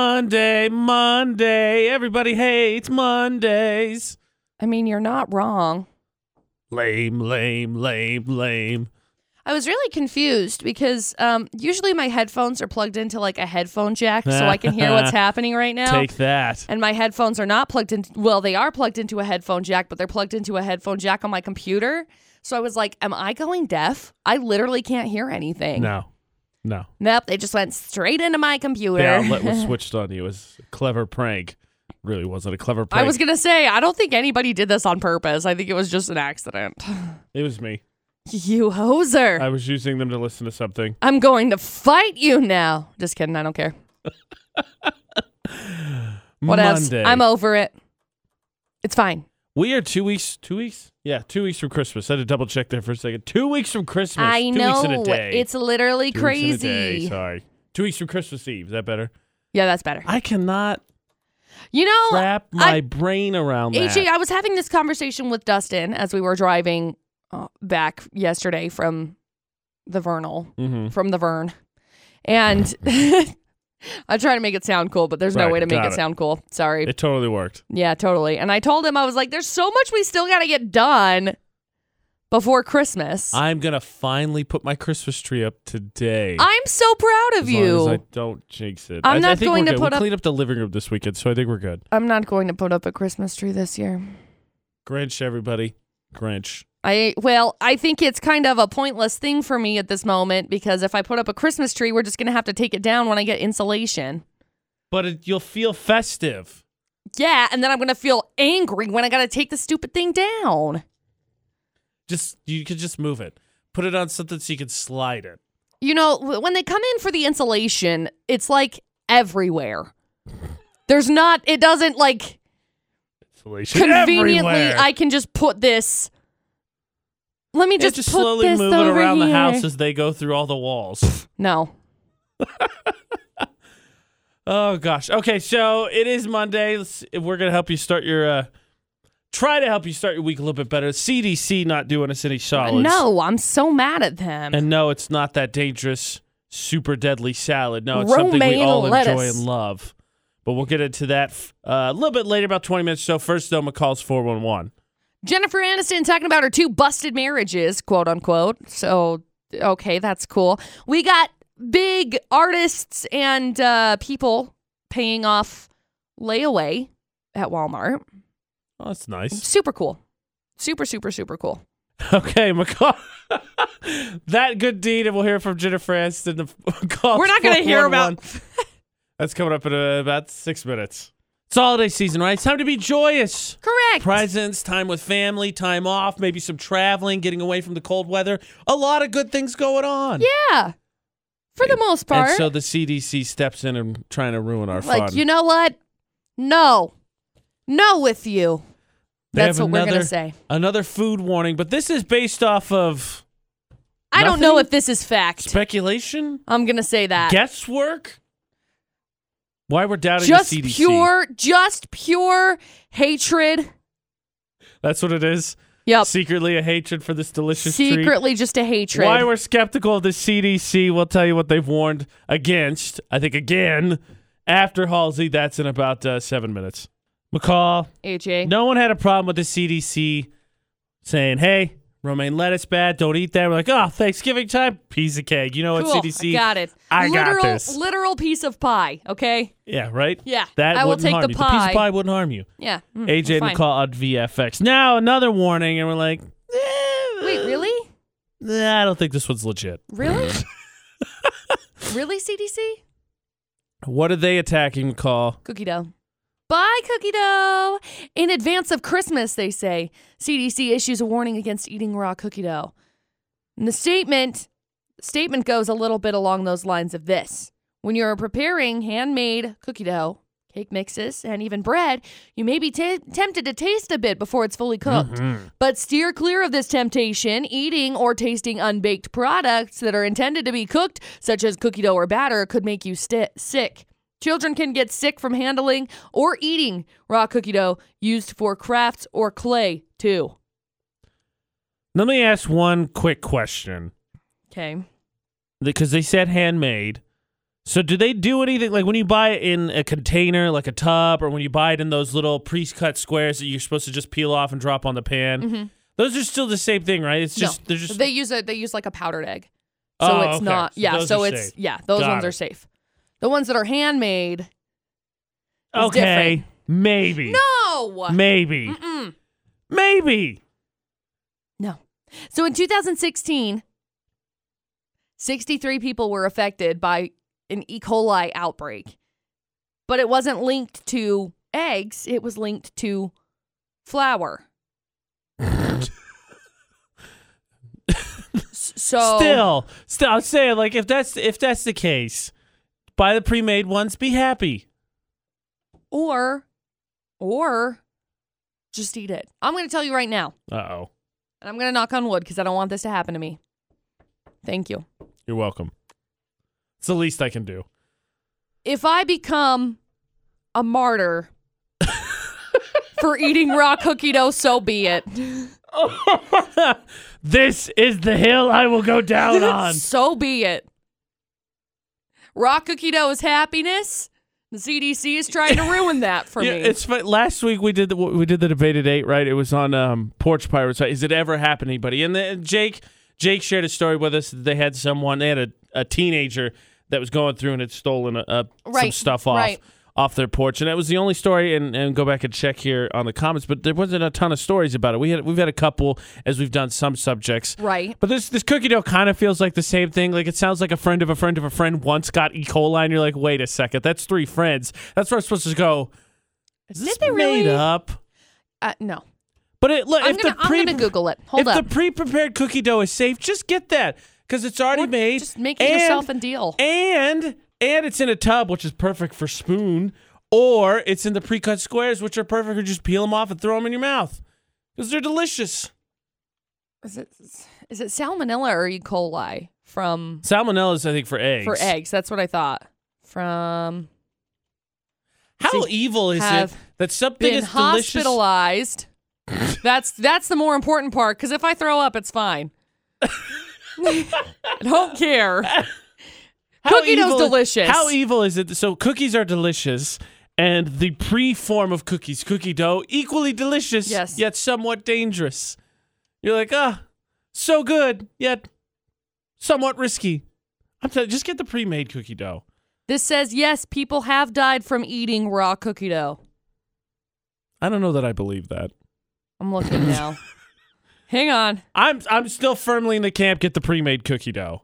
Monday, Monday. Everybody hates Mondays. I mean, you're not wrong. Lame, lame, lame, lame. I was really confused because um, usually my headphones are plugged into like a headphone jack so I can hear what's happening right now. Take that. and my headphones are not plugged in. Well, they are plugged into a headphone jack, but they're plugged into a headphone jack on my computer. So I was like, am I going deaf? I literally can't hear anything. No, no. Nope, they just went straight into my computer. The outlet was switched on you. It was a clever prank. Really wasn't a clever prank. I was going to say, I don't think anybody did this on purpose. I think it was just an accident. it was me. you hoser. I was using them to listen to something. I'm going to fight you now. Just kidding. I don't care. What else? Monday. I'm over it. It's fine. we are two weeks. Two weeks? Yeah, two weeks from Christmas. I had to double check there for a second. Two weeks from Christmas. I two know. Weeks in a day. It's literally Two crazy. Weeks in a day. Sorry. Two weeks from Christmas Eve. Is that better? Yeah, that's better. I cannot You know, wrap my brain around that. AJ, I was having this conversation with Dustin as we were driving uh, back yesterday from the Vernal, mm-hmm. from the Vern. And I try to make it sound cool, but there's no Right, way to make got it, it. sound cool. Sorry. It totally worked. yeah, totally. And I told him, I was like, there's so much we still got to get done before Christmas. I- I'm gonna finally put my Christmas tree up today. am so proud of as you. long as I don't jinx it. I'm I- I not think going we're to good. put we up- cleaned up the living room this weekend, so I think we're good. I'm not going to put up a Christmas tree this year. Grinch, everybody, Grinch. I well, I think it's kind of a pointless thing for me at this moment because if I put up a Christmas tree, we're just going to have to take it down when I get insulation. But it, you'll feel festive. Yeah, and then I'm going to feel angry when I got to take the stupid thing down. Just you could just move it, put it on something so you can slide it. You know, w- when they come in for the insulation, it's like everywhere. There's not it doesn't like Insulation conveniently everywhere. I can just put this Let me Yeah, just, just, put slowly this move it over around the here. house as they go through all the walls. No. Oh gosh. Okay, so it is Monday. Let's, we're gonna help you start your. Uh, try to help you start your week a little bit better. CDC not doing us any solids. No, I'm so mad at them. And no, it's not that dangerous, super deadly salad. No, it's something we Romaine all enjoy lettuce. and love. But we'll get into that f- uh, a little bit later, about 20 minutes. So first, though, McCall's 411. Jennifer Aniston talking about her two busted marriages, quote unquote. So, okay, that's cool. We got big artists and uh, people paying off layaway at Walmart. Oh, that's nice. Super cool. Super, super, super cool. Okay, McCall. that good deed, and we'll hear from Jennifer Aniston. of McCall's We're not going to hear about. 411. That's coming up in uh, about six minutes. It's holiday season, right? It's time to be joyous. Correct. Presents, time with family, time off, maybe some traveling, getting away from the cold weather. A lot of good things going on. Yeah. For the most part. And so the CDC steps in and trying to ruin our like, fun. you know what? No. No with you. They That's have what we're going another- to say. Another food warning, but this is based off of I don't know nothing? if this is fact. speculation, I'm going to say that. guesswork. Why we're doubting just the CDC? pure just pure hatred That's what it is. yep Secretly a hatred for this delicious treat. secretly just a hatred Why we're skeptical of the CDC, we'll tell you what they've warned against. I think again, after Halsey, that's in about uh, seven minutes. McCall, aj no one had a problem with the CDC saying, hey, romaine lettuce bad, don't eat that. We're like, oh, Thanksgiving time, piece of cake. You know what, cool. I CDC? got it I got literal this. literal piece of pie okay Yeah, right? Yeah, That I will wouldn't take harm the you. piece pie. of pie wouldn't harm you. yeah Mm, AJ we're fine. McCall on VFX. Now another warning, and we're like, "Eh, wait really nah, I don't think this one's legit. really really cdc What are they attacking, McCall? cookie dough Buy cookie dough. In advance of Christmas, they say. CDC issues a warning against eating raw cookie dough. And the statement statement goes a little bit along those lines of this. When you're preparing handmade cookie dough, cake mixes, and even bread, you may be t- tempted to taste a bit before it's fully cooked. Mm-hmm. But steer clear of this temptation. Eating or tasting unbaked products that are intended to be cooked, such as cookie dough or batter, could make you sti sick. Children can get sick from handling or eating raw cookie dough used for crafts or clay, too. Let me ask one quick question Okay. because they said handmade. So do they do anything like when you buy it in a container, like a tub, or when you buy it in those little pre-cut squares that you're supposed to just peel off and drop on the pan? Those are still the same thing, right? It's just Mm-hmm. no, they're just they use a they use like a powdered egg, so Oh, it's okay. not. So yeah, those so are it's safe. yeah, those Got ones it. are safe. The ones that are handmade. is okay. Maybe, No. maybe, Mm-mm. maybe. No. So in 2016, 63 people were affected by an E. coli outbreak, but it wasn't linked to eggs. It was linked to flour. S- so Still, still, I'm saying like if that's if that's the case, buy the pre-made ones. Be happy. or or just eat it. I'm going to tell you right now, Uh oh, and I'm going to knock on wood because I don't want this to happen to me. Thank you. you're welcome. It's the least I can do. if I become a martyr for eating raw cookie dough, so be it. this is the hill I will go down on. so be it. Raw cookie dough is happiness. The CDC is trying to ruin that for Yeah, me. it's fun. last week we did the we did the debate at eight, right? It was on um, porch pirates. Right? Is it ever happened to anybody? And then Jake Jake shared a story with us. That they had someone. They had a, a teenager that was going through and had stolen a, a, some Right, stuff off right. off their porch, and that was the only story. And, and go back and check here on the comments, but there wasn't a ton of stories about it. We had we've had a couple as we've done some subjects. right. But this this cookie dough kind of feels like the same thing. Like it sounds like a friend of a friend of a friend once got E. coli, and you're like, wait a second, that's three friends. That's where I'm supposed to go. Is Did this they really- made up? Uh, no. But it, look, I'm if gonna, the pre I'm gonna Google it. Hold if up. the pre-prepared cookie dough is safe, just get that because it's already Or made. Just make it and, yourself and deal. and and it's in a tub, which is perfect for spoon, or it's in the pre-cut squares, which are perfect for just peel them off and throw them in your mouth because they're delicious. is, it, is it salmonella or E. coli from Salmonella is, I think, for eggs. for eggs? That's what I thought. From How to evil is it have that something been is delicious? hospitalized. that's that's the more important part because if I throw up, it's fine. I don't care. How Cookie dough's evil is- delicious. How evil is it? So cookies are delicious, and the pre-form of cookies, cookie dough, equally delicious, Yes. yet somewhat dangerous. You're like, ah, so good, yet somewhat risky. I'm telling just get the pre-made cookie dough. This says yes, people have died from eating raw cookie dough. I don't know that I believe that. I'm looking now. Hang on. I'm I'm still firmly in the camp. Get the pre-made cookie dough.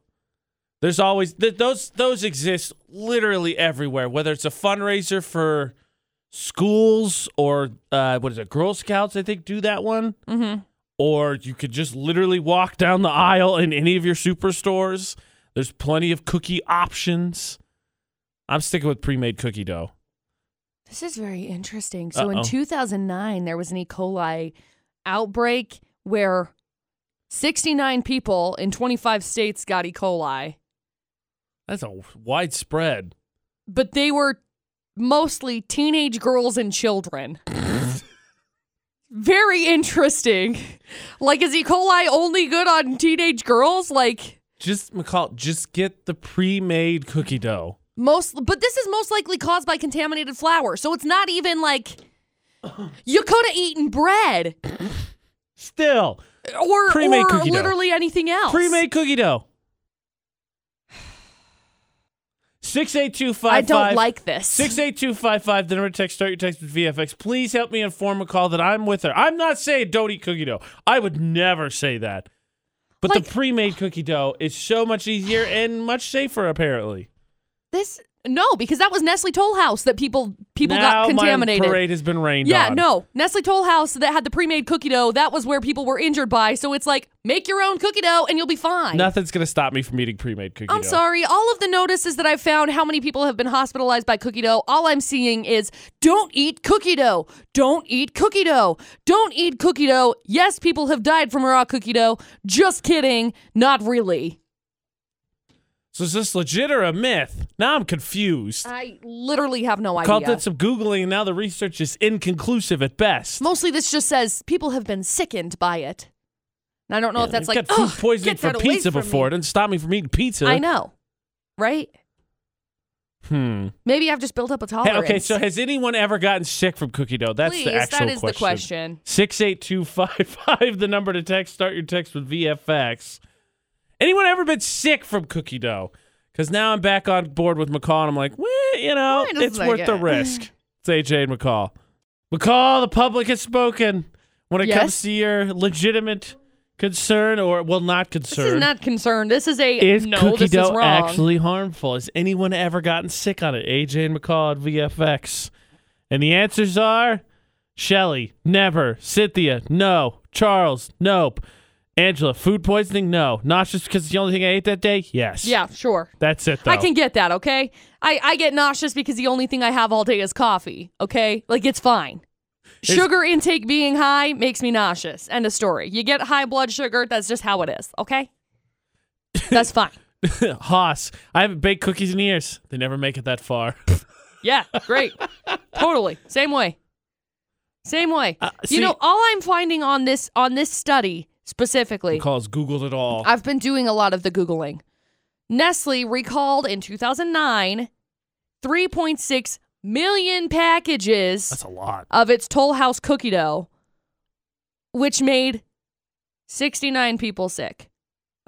There's always th- those those exist literally everywhere. Whether it's a fundraiser for schools or uh, what is it, Girl Scouts? I think do that one. Mm-hmm. Or you could just literally walk down the aisle in any of your superstores. There's plenty of cookie options. I'm sticking with pre-made cookie dough. This is very interesting. So Uh-oh. in 2009, there was an E. coli outbreak where 69 people in 25 states got E. coli. That's a widespread. but they were mostly teenage girls and children. Very interesting. Like, is E. coli only good on teenage girls? Like, Just McCall, just get the pre-made cookie dough. most, but this is most likely caused by contaminated flour. So it's not even like you could have eaten bread Still, or, Pre-made or cookie dough. literally anything else. Pre-made cookie dough. Six eight two five. I don't like this. Six eight two five five. The number to text. Start your text with VFX. Please help me inform McCall that I'm with her. I'm not saying don't eat cookie dough. I would never say that. But Like- the pre-made cookie dough is so much easier and much safer, apparently. this, no, because that was Nestle Toll House that people people now got my contaminated. parade has been rained Yeah, on. no. Nestle Toll House that had the pre-made cookie dough, that was where people were injured by. So it's like, make your own cookie dough and you'll be fine. Nothing's gonna stop me from eating pre-made cookie I'm dough. sorry. All of the notices that I've found how many people have been hospitalized by cookie dough, all I'm seeing is don't eat cookie dough. Don't eat cookie dough. Don't eat cookie dough. Yes, people have died from raw cookie dough. Just kidding. Not really. So is this legit or a myth? Now I'm confused. I literally have no Called idea. did some googling, and now the research is inconclusive at best. Mostly this just says people have been sickened by it. And I don't know if that's I've like got food "Ugh, poisoning get for that away pizza from me." before. It didn't stop me from eating pizza. I know, right? Hmm. Maybe I've just built up a Hey, tolerance. okay, so has anyone ever gotten sick from cookie dough? That's Please, the actual that is question. the question. 68255, the number to text. Start your text with VFX. Anyone ever been sick from cookie dough? Because now I'm back on board with McCall, and I'm like, well, you know, Wait a it's worth the second. risk. It's AJ and McCall. McCall, the public has spoken when it Yes? comes to your legitimate concern or, well, not concern. This is not concerned. This is a Is no. cookie this dough is wrong. actually harmful? Has anyone ever gotten sick on it? AJ and McCall at VFX. And the answers are Shelly, never. Cynthia, no. Charles, nope. Angela, food poisoning, no. Nauseous because it's the only thing I ate that day? Yes. yeah, sure. That's it, though. I can get that. Okay, I I get nauseous because the only thing I have all day is coffee. Okay, like it's fine. Is- Sugar intake being high makes me nauseous. End of story. You get high blood sugar. That's just how it is. Okay, that's fine. Haas, I haven't baked cookies in years. They never make it that far. Yeah, great. totally. Same way. Same way. Uh, see- you know, all I'm finding on this on this study specifically, McCall's Googled it all. I've been doing a lot of the googling. Nestle recalled in 2009 3.6 million packages That's a lot. of its Toll House cookie dough, which made 69 people sick.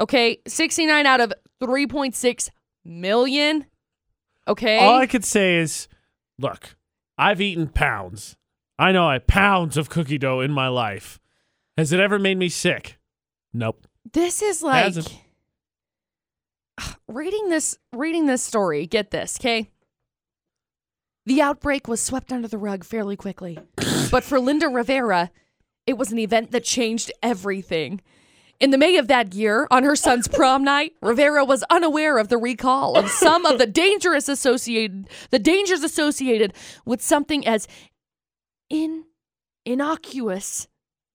Okay, 69 out of 3.6 million. Okay. All I could say is, look, I've eaten pounds. I know I pounds of cookie dough in my life. Has it ever made me sick? Nope. This is like That's a- reading this reading this story, get this, okay? The outbreak was swept under the rug fairly quickly. but for Linda Rivera, it was an event that changed everything. In the May of that year, on her son's prom night, Rivera was unaware of the recall of some of the dangerous associated the dangers associated with something as in innocuous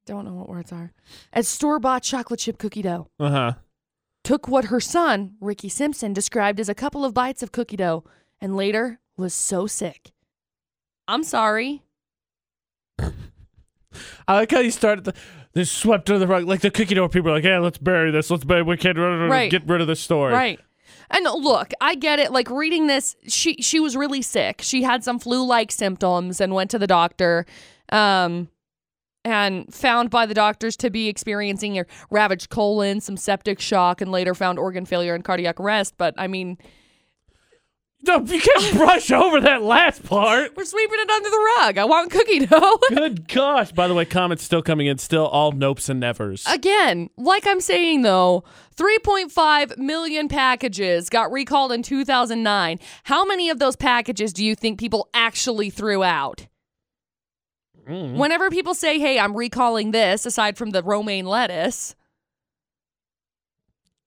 don't know what words are as store-bought chocolate chip cookie dough Uh huh. took what her son, Ricky Simpson, described as a couple of bites of cookie dough and later was so sick. I'm sorry. I like how you started the. This swept under the rug. Like the cookie dough people are like, hey, let's bury this. Let's bury We can't Right. get rid of this story. Right. And look, I get it. Like reading this, she she was really sick. She had some flu-like symptoms and went to the doctor. Um and found by the doctors to be experiencing a ravaged colon, some septic shock, and later found organ failure and cardiac arrest. But I mean, No, you can't brush over that last part. we're sweeping it under the rug. I want cookie dough. Good gosh. By the way, comments still coming in. Still all nopes and nevers. Again, like I'm saying though, 3.5 million packages got recalled in 2009. How many of those packages do you think people actually threw out? Mm. Whenever people say, "Hey, I'm recalling this," aside from the romaine lettuce,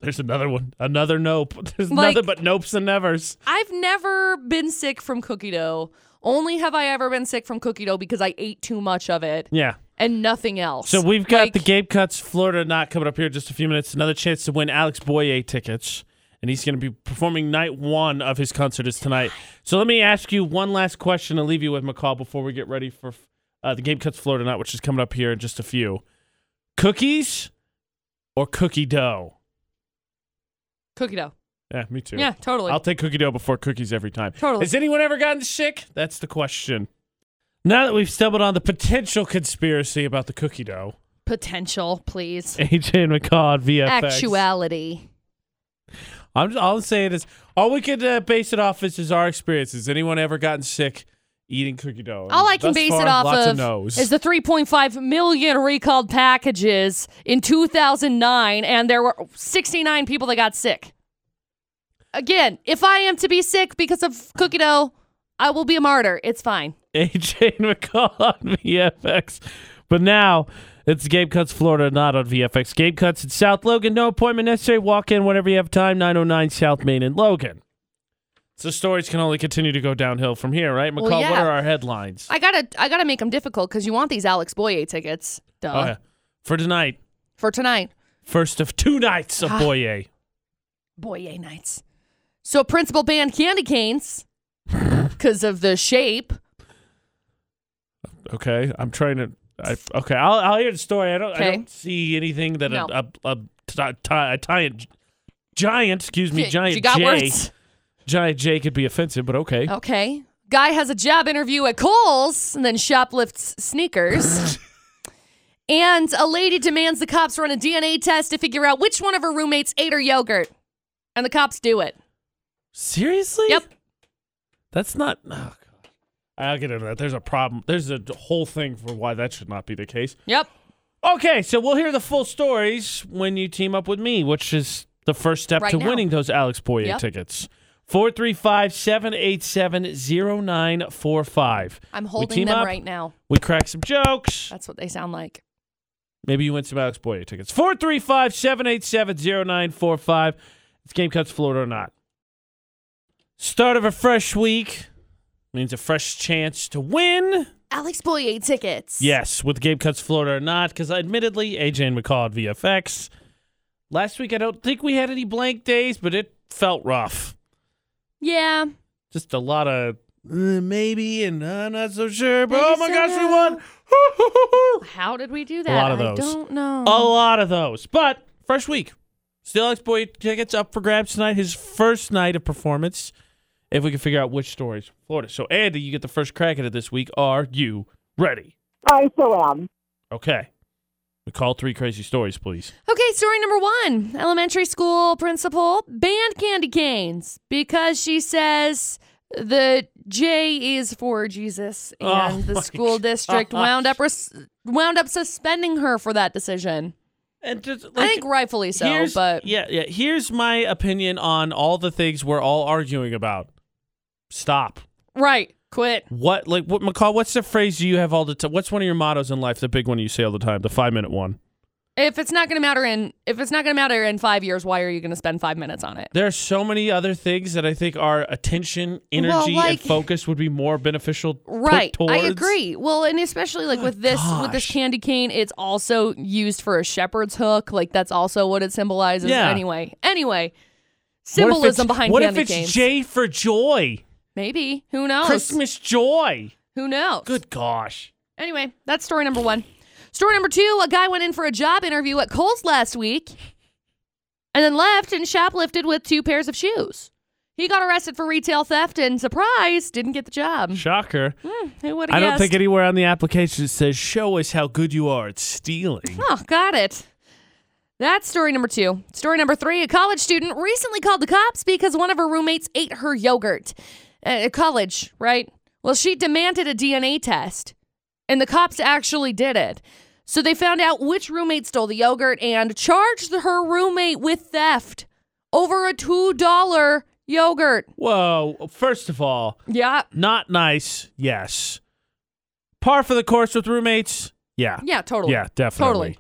There's another one. Another nope. There's Like- nothing but nopes and nevers. I've never been sick from cookie dough. Only have I ever been sick from cookie dough because I ate too much of it Yeah. and nothing else. So we've got Like- the Gabe Cuts Florida Knot coming up here in just a few minutes. Another chance to win Alex Boyer tickets. And he's going to be performing night one of his concert is tonight. So let me ask you one last question and leave you with McCall before we get ready for uh, the Gabe Cuts Florida Knot, which is coming up here in just a few. Cookies or cookie dough? cookie dough. Yeah, me too. Yeah, totally. I'll take cookie dough before cookies every time. Totally. Has anyone ever gotten sick? That's the question. Now that we've stumbled on the potential conspiracy about the cookie dough, Potential, please. AJ and McCall at VFX. Actuality. I'm just, all I'm saying is all we could uh, base it off is, is our experiences. Anyone ever gotten sick eating cookie dough? And All I can thus base far, it off lots of, no's. is the 3.5 million recalled packages in 2009, and there were 69 people that got sick. Again, if I am to be sick because of cookie dough, I will be a martyr. It's fine. AJ and McCall on VFX. But now it's Gabe Cuts Florida, not on VFX. Gabe Cuts in South Logan. No appointment necessary. Walk in whenever you have time. 909 South Main in Logan. So stories can only continue to go downhill from here, right? McCall, Well, what yeah. are our headlines? I gotta, I gotta make them difficult because you want these Alex Boyer tickets, duh, Oh, yeah. For tonight, for tonight. first of two nights of Boyer. Boyer nights. So principal banned candy canes because of the shape. Okay, I'm trying to. I, okay, I'll, I'll hear the story. I don't. I Okay. don't see anything that No. a a a, a, ti- ti- a giant, giant. Excuse me, Gi- giant you got J words? Oh. Giant J could be offensive, but okay. Okay. Guy has a job interview at Kohl's and then shoplifts sneakers. and a lady demands the cops run a DNA test to figure out which one of her roommates ate her yogurt. And the cops do it. Seriously? Yep. That's not. Oh God. I'll get into that. There's a problem. There's a whole thing for why that should not be the case. Yep. Okay, so we'll hear the full stories when you team up with me, which is the first step Right to now. winning those Alex Poyer Yep. tickets. 435 787 0945. I'm we holding team them up, right now. We crack some jokes. That's what they sound like. Maybe you win some Alex Boyer tickets. 435 787 0945. It's Game Cuts Florida or not. Start of a fresh week means a fresh chance to win. Alex Boyer tickets. Yes, with Game Cuts Florida or not, because admittedly, AJ and McCall at VFX. Last week, I don't think we had any blank days, but it felt rough. Yeah. Just a lot of uh, maybe, and I'm not so sure, but Maybe oh my gosh, we won. How did we do that? lot of I those. don't know. A Oh. lot of those. But fresh week. Still X Boy tickets up for grabs tonight. His first night of performance. If we can figure out which stories Florida. So Andy, you get the first crack at it this week. Are you ready? I still am. Okay. We call three crazy stories, please. Okay, story number one elementary school principal banned candy canes because she says the J is for Jesus, Oh and my the school district gosh. wound up res- wound up suspending her for that decision. And just I think rightfully so, here's- but yeah, yeah. Here's my opinion on all the things we're all arguing about. Stop. right, quit. What like what McCall? What's the phrase you have all the time? What's one of your mottos in life? The big one you say all the time. The five minute one. If it's not going to matter in if it's not going to matter in five years, why are you going to spend five minutes on it? There are so many other things that I think our attention, energy, like- and focus would be more beneficial. put Right, I towards. agree. Well, and especially like with this with this gosh. candy cane, it's also used for a shepherd's hook. Like that's also what it symbolizes. Yeah. Anyway, What anyway, if it's- symbolism behind What candy if it's canes. J for joy? Maybe who knows? Christmas joy. Who knows? Good gosh. Anyway, that's story number one. Story number two: A guy went in for a job interview at Kohl's last week, and then left and shoplifted with two pairs of shoes. He got arrested for retail theft and surprise didn't get the job. Shocker. Hmm, who would I have don't guessed? think anywhere on the application it says show us how good you are at stealing. Oh, got it. That's story number two. Story number three a college student recently called the cops because one of her roommates ate her yogurt. Uh, At college, right? Well, she demanded a DNA test, and the cops actually did it. So they found out which roommate stole the yogurt and charged her roommate with theft over a $2 yogurt. Whoa. First of all, Yeah. not nice. Yes. Par for the course with roommates. Yeah. Yeah, totally. Yeah, definitely. Totally.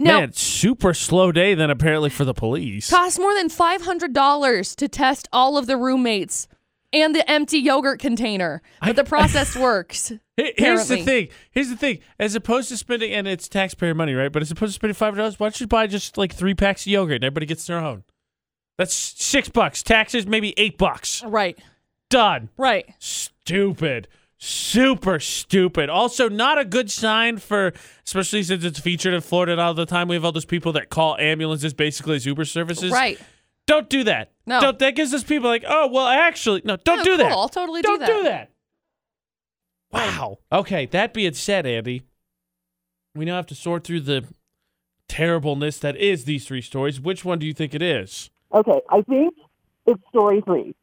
Now, Man, super slow day then apparently for the police. cost more than $500 to test all of the roommates and the empty yogurt container. But I- the process works. Here- Here's the Apparently. thing. Here's the thing. As opposed to spending, and it's taxpayer money, right? But as opposed to spending five dollars, why don't you buy just like three packs of yogurt and everybody gets their own? That's six bucks. Taxes, maybe eight bucks. Right, Done. right. Stupid. Super stupid. Also, not a good sign for, especially since it's featured in Florida and all the time. We have all those people that call ambulances basically as Uber services. Right. Don't do that. No. Don't, that gives us people like, oh, well, actually, no, don't Oh, do cool. that. I'll totally do don't that. do that. Wow. Okay. That being said, Andy, we now have to sort through the terribleness that is these three stories. Which one do you think it is? Okay, I think it's story three.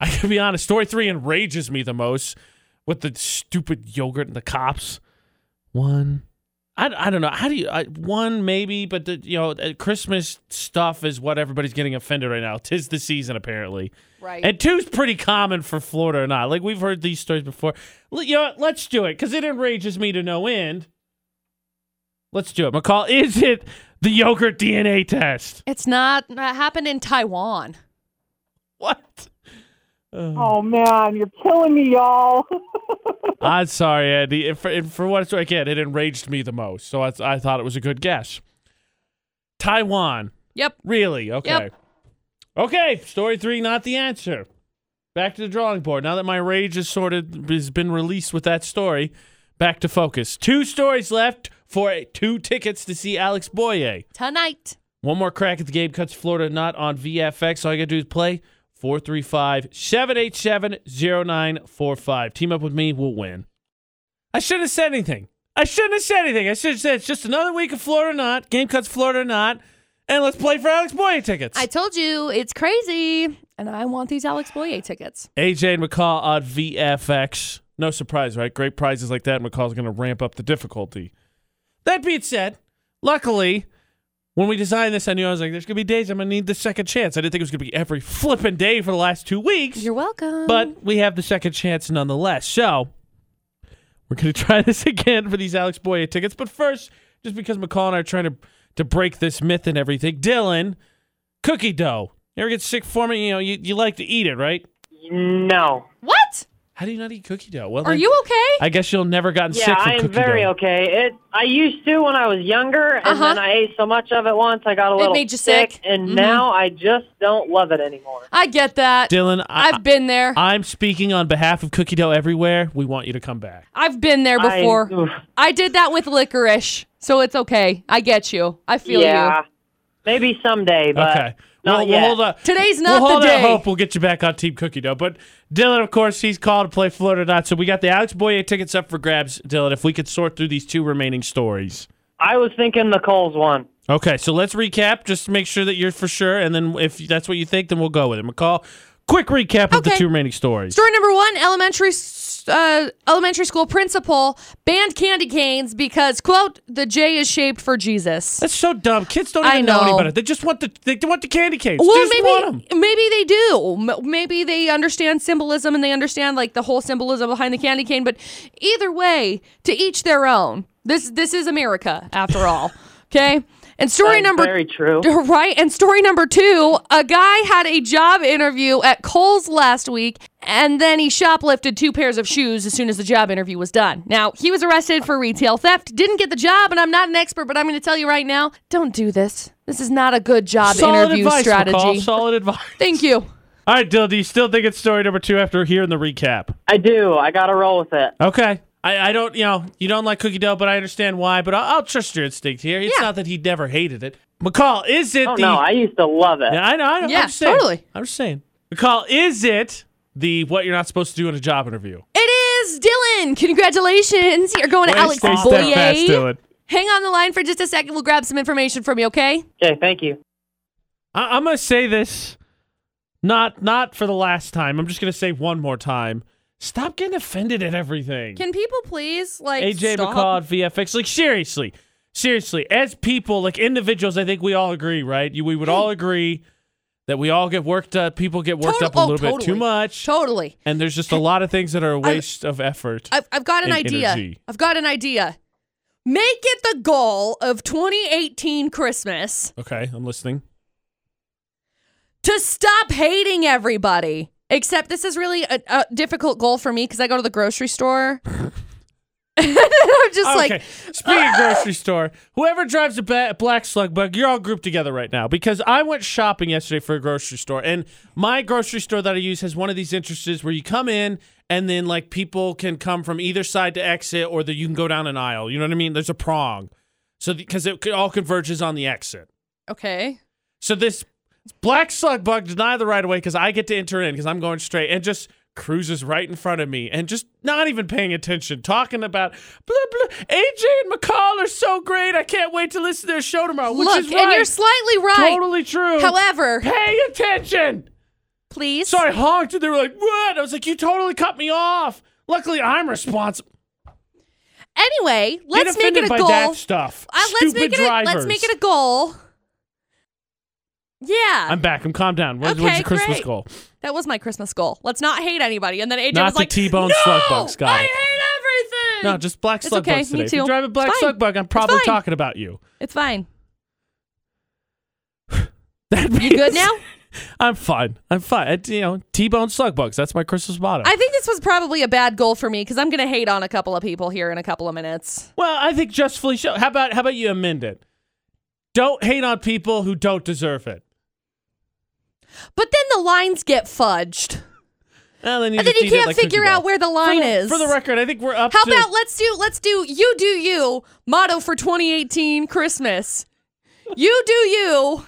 I can be honest. Story three enrages me the most with the stupid yogurt and the cops. One. I, I don't know. How do you? I, one maybe, but the, you know, uh, Christmas stuff is what everybody's getting offended right now. Tis the season, apparently. Right. And two's pretty common for Florida or not. Like we've heard these stories before. L- you know, what? let's do it because it enrages me to no end. Let's do it, McCall. Is it the yogurt DNA test? it's not, it happened in Taiwan. What? Oh. Oh man, you're killing me, y'all. I'm sorry, Andy. And for, and for what it's worth, again, it enraged me the most. So I, I thought it was a good guess. Taiwan, Yep. really? Okay. Yep. Okay. Story three, not the answer. Back to the drawing board. Now that my rage is sorted, has been released with that story. Back to focus. Two stories left for uh, two tickets to see Alex Boyer. Tonight. One more crack at the game cuts Florida not on VFX. All you gotta do is play 435 787 0945. Team up with me, we'll win. I shouldn't have said anything. I shouldn't have said anything. I should have said it's just another week of Florida or not. Game cuts Florida or not. And let's play for Alex Boyer tickets. I told you it's crazy, and I want these Alex Boyer tickets. AJ and McCall on VFX. No surprise, right? Great prizes like that. McCall's going to ramp up the difficulty. That being said, luckily, when we designed this, I knew I was like, there's going to be days I'm going to need the second chance. I didn't think it was going to be every flipping day for the last two weeks, You're welcome. but we have the second chance nonetheless. So we're going to try this again for these Alex Boyer tickets. But first, just because McCall and I are trying to, to break this myth and everything, Dylan, cookie dough. You ever get sick from it? You know, you, you like to eat it, right? No. what? How do you not eat cookie dough? Well, Are then, you okay? I guess you'll never gotten Yeah, sick from I am cookie very dough. okay. It I used to when I was younger, and Uh-huh. then I ate so much of it once I got a It little made you sick. and Mhm. now I just don't love it anymore. I get that. Dylan, I, I've been there. I, am speaking on behalf of Cookie Dough Everywhere. We want you to come back. I've been there I- before. oof, I did that with licorice, so it's okay. I get you. I feel yeah, you. maybe someday, but okay. not Well, yet. we'll hold on. Today's we'll not hold the out day. hope we'll get you back on Team Cookie Dough. But Dylan, of course, he's called to play Florida or not. So we got the Alex Boyer tickets up for grabs, Dylan, if we could sort through these two remaining stories. I was thinking the Coles one. Okay, so let's recap. Just to make sure that you're for sure. And then if that's what you think, then we'll go with it. McCall, quick recap of the Okay. two remaining stories. Story number one: elementary s- uh, elementary school principal banned candy canes because quote the J is shaped for Jesus. That's so dumb. Kids don't I even know. any know. better. They just want the they want the candy canes. they Well, just want 'em. maybe maybe they do. M- Maybe they understand symbolism and they understand like the whole symbolism behind the candy cane. But either way, to each their own. This this is America after all. Okay. And story That's number very true. Right. And story number two a guy had a job interview at Kohl's last week, and then he shoplifted two pairs of shoes as soon as the job interview was done. Now, he was arrested for retail theft, didn't get the job, and I'm not an expert, but I'm going to tell you right now don't do this. This is not a good job Solid interview advice, strategy. McCall. Solid advice. Thank you. All right, Dill, do you still think it's story number two after hearing the recap? I do. I got to roll with it. Okay. I, I don't, you know, you don't like cookie dough, but I understand why. But I'll, I'll trust your instinct here. It's Yeah. not that he never hated it. McCall, is it Oh the? no, I used to love it. Yeah, I know. I know Yeah, I'm just saying. totally. I'm just saying. McCall, is it the what you're not supposed to do in a job interview? It is Dylan. Congratulations. You're going to Way Alex to stay steadfast, Boyer. Dylan. Hang on the line for just a second. We'll grab some information from you, okay? Okay, thank you. I- I'm gonna say this, not not for the last time. I'm just gonna say one more time. Stop getting offended at everything. Can people please, like, AJ McCall at VFX. Like seriously, seriously, as people, like individuals, I think we all agree, right? You, we would Hmm. all agree that we all get worked up. People get worked Total- up a oh, little bit too totally. much, Totally. and there's just a lot of things that are a waste of effort. I've, I've got an and idea. energy. I've got an idea. Make it the goal of 2018 Christmas okay, I'm listening. to stop hating everybody. Except this is really a, a difficult goal for me because I go to the grocery store. and I'm just Ah, okay, like, speaking of grocery store, whoever drives a ba- black slug bug, you're all grouped together right now because I went shopping yesterday for a grocery store, and my grocery store that I use has one of these entrances where you come in and then like people can come from either side to exit, or that you can go down an aisle. You know what I mean? There's a prong, so because it c- all converges on the exit. okay. So this black slug bug denied the right of way because I get to enter in because I'm going straight and just cruises right in front of me and just not even paying attention, talking about blah blah. AJ and McCall are so great. I can't wait to listen to their show tomorrow. Which Look, is right. and you're slightly right. totally true. However, pay attention. please. So I honked and they were like, "What?" I was like, "You totally cut me off." Luckily, I'm responsible. Anyway, Get let's make offended it a by goal. that stuff. Uh, let's Stupid make it. A, drivers. let's make it a goal. Yeah, I'm back. I'm calm down. Where's, where's Okay, your Christmas great. goal? that was my Christmas goal. Let's not hate anybody. And then AJ Not was the like, T-bone no, slug bugs, got I it." hate everything. No, just black It's slug okay, bugs me today. If you too. drive a It's black fine. slug bug, I'm probably fine. talking about you. it's fine. That You good means- now? I'm fine. I'm fine. I, you know, T-bone slug bugs. That's my Christmas motto. I think this was probably a bad goal for me because I'm gonna hate on a couple of people here in a couple of minutes. well, I think justfully so. How about how about you amend it? Don't hate on people who don't deserve it. But then the lines get fudged, Well, then you, and then just you need it can't like figure cookie out dough. where the For line the- is. For the record, I think we're up. How to, about let's do let's do you do you motto for 2018 Christmas. You do you.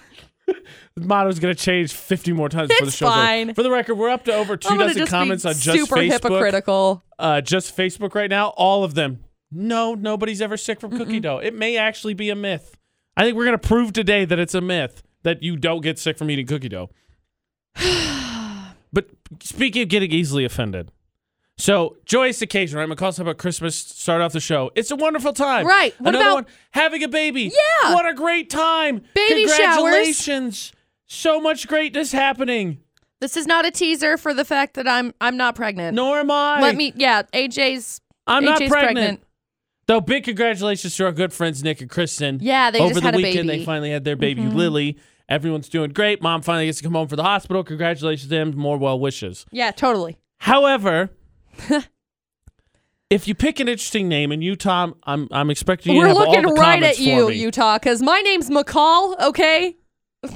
The motto's gonna change 50 more times before the It's show's over. fine. For the record, we're up to over two I'm gonna dozen just comments be on just super Facebook. hypocritical. Uh, just Facebook right now. All of them. No, nobody's ever sick from cookie dough. It may actually be a myth. I think we're gonna prove today that it's a myth that you don't get sick from eating cookie dough. but speaking of getting easily offended, so joyous occasion, right? McCall's talking about Christmas. Start off the show. It's a wonderful time, Right. What Another about- one, having a baby. Yeah. What a great time. Baby showers. Congratulations. So much greatness happening. This is not a teaser for the fact that I'm I'm not pregnant. Nor am I. Let me yeah, AJ's I'm AJ's not pregnant. pregnant. Though big congratulations to our good friends Nick and Kristen. Yeah, they over just the had a weekend baby. Mm-hmm. they finally had their baby Lily. Everyone's doing great. Mom finally gets to come home for the hospital. Congratulations to them. More well wishes. Yeah, totally. However, if you pick an interesting name, and you Tom, I'm I'm expecting you We're to have all looking the right comments for at you, me. Utah, because my name's McCall, okay?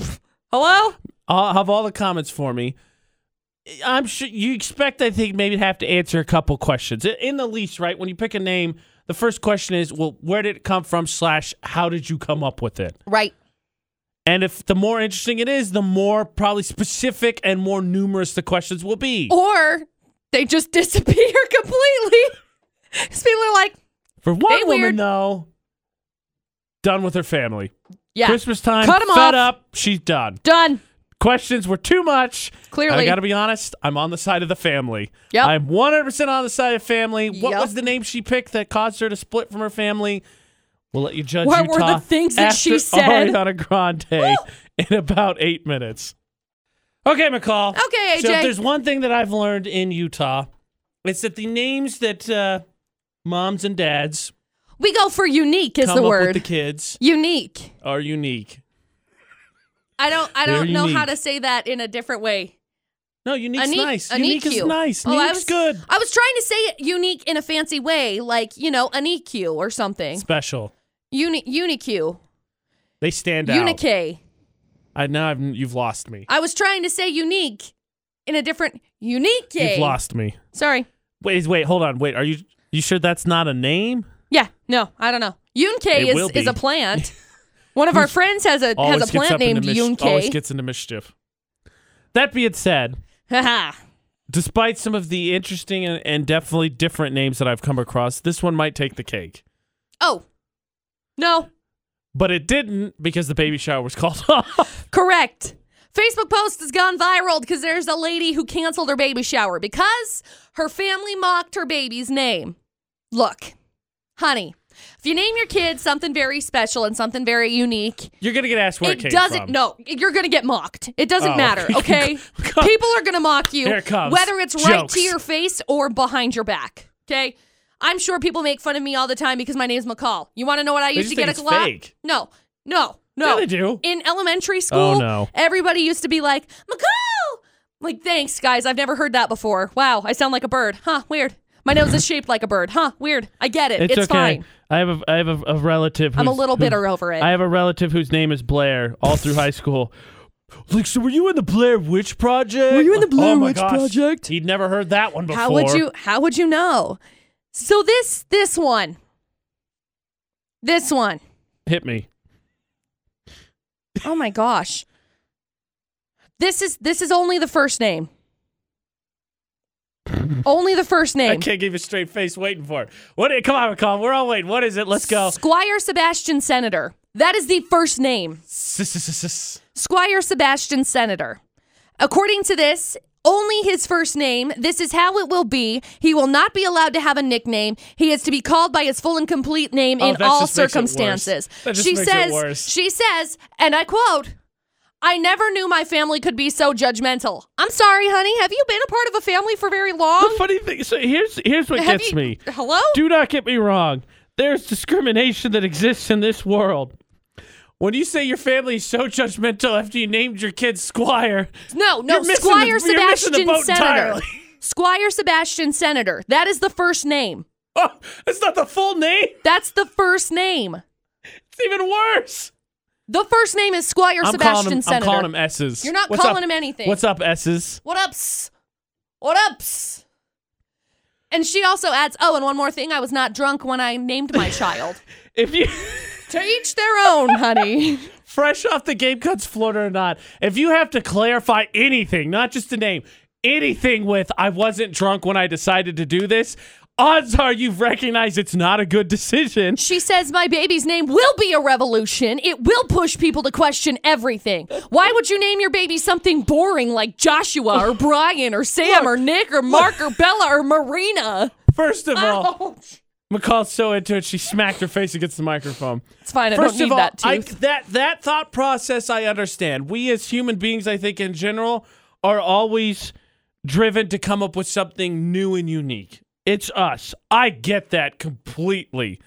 Hello? I'll have all the comments for me. I'm sure you expect, I think, maybe to have to answer a couple questions. I- In the least, right? When you pick a name, the first question is, well, where did it come from? Slash, how did you come up with it? Right. And if the more interesting it is, the more probably specific and more numerous the questions will be. Or they just disappear completely. 'Cause people are like, For one they woman, weird. though, done with her family. yeah, Christmas time, Cut 'em fed off. up, she's done. done. Questions were too much. And I Clearly. got to be honest, I'm on the side of the family. Yep. I'm 100% on the side of family. What Yep. was the name she picked that caused her to split from her family? We'll let you judge What Utah were the things that she after said? Ariana Grande in about eight minutes. Okay, McCall. Okay, So AJ. if there's one thing that I've learned in Utah, it's that the names that uh, moms and dads We go for unique is come the up word. with the kids unique. are unique. I don't I They're don't know how unique. to say that in a different way. No, unique's Unique- nice. an unique is EQ. nice. Oh, I Unique's was- good. I was trying to say it unique in a fancy way, like, you know, an EQ or something. Special. Uni UniQ. They stand out. Unik. I now I've, you've lost me. I was trying to say unique in a different unique. You've lost me. Sorry. Wait, wait, hold on. Wait, are you you sure that's not a name? Yeah, no, I don't know. Yunke It will is, is be. a plant. One of our friends has a Always has a gets plant up into named mis- Always Yunke. gets into mischief. That being said, Haha. despite some of the interesting and, and definitely different names that I've come across, this one might take the cake. oh. No. But it didn't because the baby shower was called off. Correct. Facebook post has gone viral because there's a lady who canceled her baby shower because her family mocked her baby's name. Look, honey, if you name your kid something very special and something very unique, You're gonna get asked where it, it came doesn't. from. No, you're gonna get mocked. It doesn't Oh. matter. Okay, people are gonna mock you, Here it comes. whether it's right Jokes. to your face or behind your back. Okay, I'm sure people make fun of me all the time because my name's McCall. You want to know what I They used just to get think a it's lot? fake. No, no, no. Yeah, they do. Oh, In elementary school, no. everybody used to be like McCall. Like, thanks, guys. I've never heard that before. Wow, I sound like a bird. Huh? Weird. My nose is shaped like a bird. Huh? Weird. I get it. It's, It's, okay. fine. I have a I have a, a relative. I'm a who's- little who- bitter over it. I have a relative whose name is Blair. All through high school. Like, so were you in the Blair Witch Project? Were you in the Blair oh my Witch gosh. Project? He'd never heard that one before. How would you how would you know? So this this one. This one. hit me? Oh my gosh. This is this is only the first name. only the first I name. can't give a straight face waiting for it. What? Come on, McCall. We're all waiting. What is it? Let's go. Squire Sebastian Senator. That is the first name. S-s-s-s-s. Squire Sebastian Senator. According to this, only his first name. This is how it will be. He will not be allowed to have a nickname. He is to be called by his full and complete name Oh, in that all just makes it worse. circumstances. That just she makes it says, worse. she says, and I quote, I never knew my family could be so judgmental. I'm sorry, honey. Have you been a part of a family for very The long? funny thing. So here's here's what Have gets you- me. Hello? Do not get me wrong. There's discrimination that exists in this world. When you say your family is so judgmental after you named your kid Squire, No, no, You're missing Squire the- you're missing the Sebastian boat Senator. entirely. Squire Sebastian Senator. That is the first name. oh, it's not the full name. That's the first name. It's even worse. The first name is Squire I'm Sebastian calling him, Senator. I'm calling him S's. You're not What's calling up? him anything. What's up, S's? What ups? What ups? And she also adds, oh, and one more thing, I was not drunk when I named my child. If you to each their own, honey. fresh off the Game Cuts Florida or not, if you have to clarify anything, not just a name, anything with I wasn't drunk when I decided to do this, odds are you've recognized it's not a good decision. She says my baby's name will be a revolution. It will push people to question everything. Why would you name your baby something boring like Joshua or Brian or Sam or Nick or Mark or Bella or Marina? First of all, Ouch. McCall's so into it, she smacked her face against the microphone. It's fine. I First of don't need all, that I, tooth. that that thought process I understand. We as human beings, I think in general, are always driven to come up with something new and unique. It's us. I get that completely.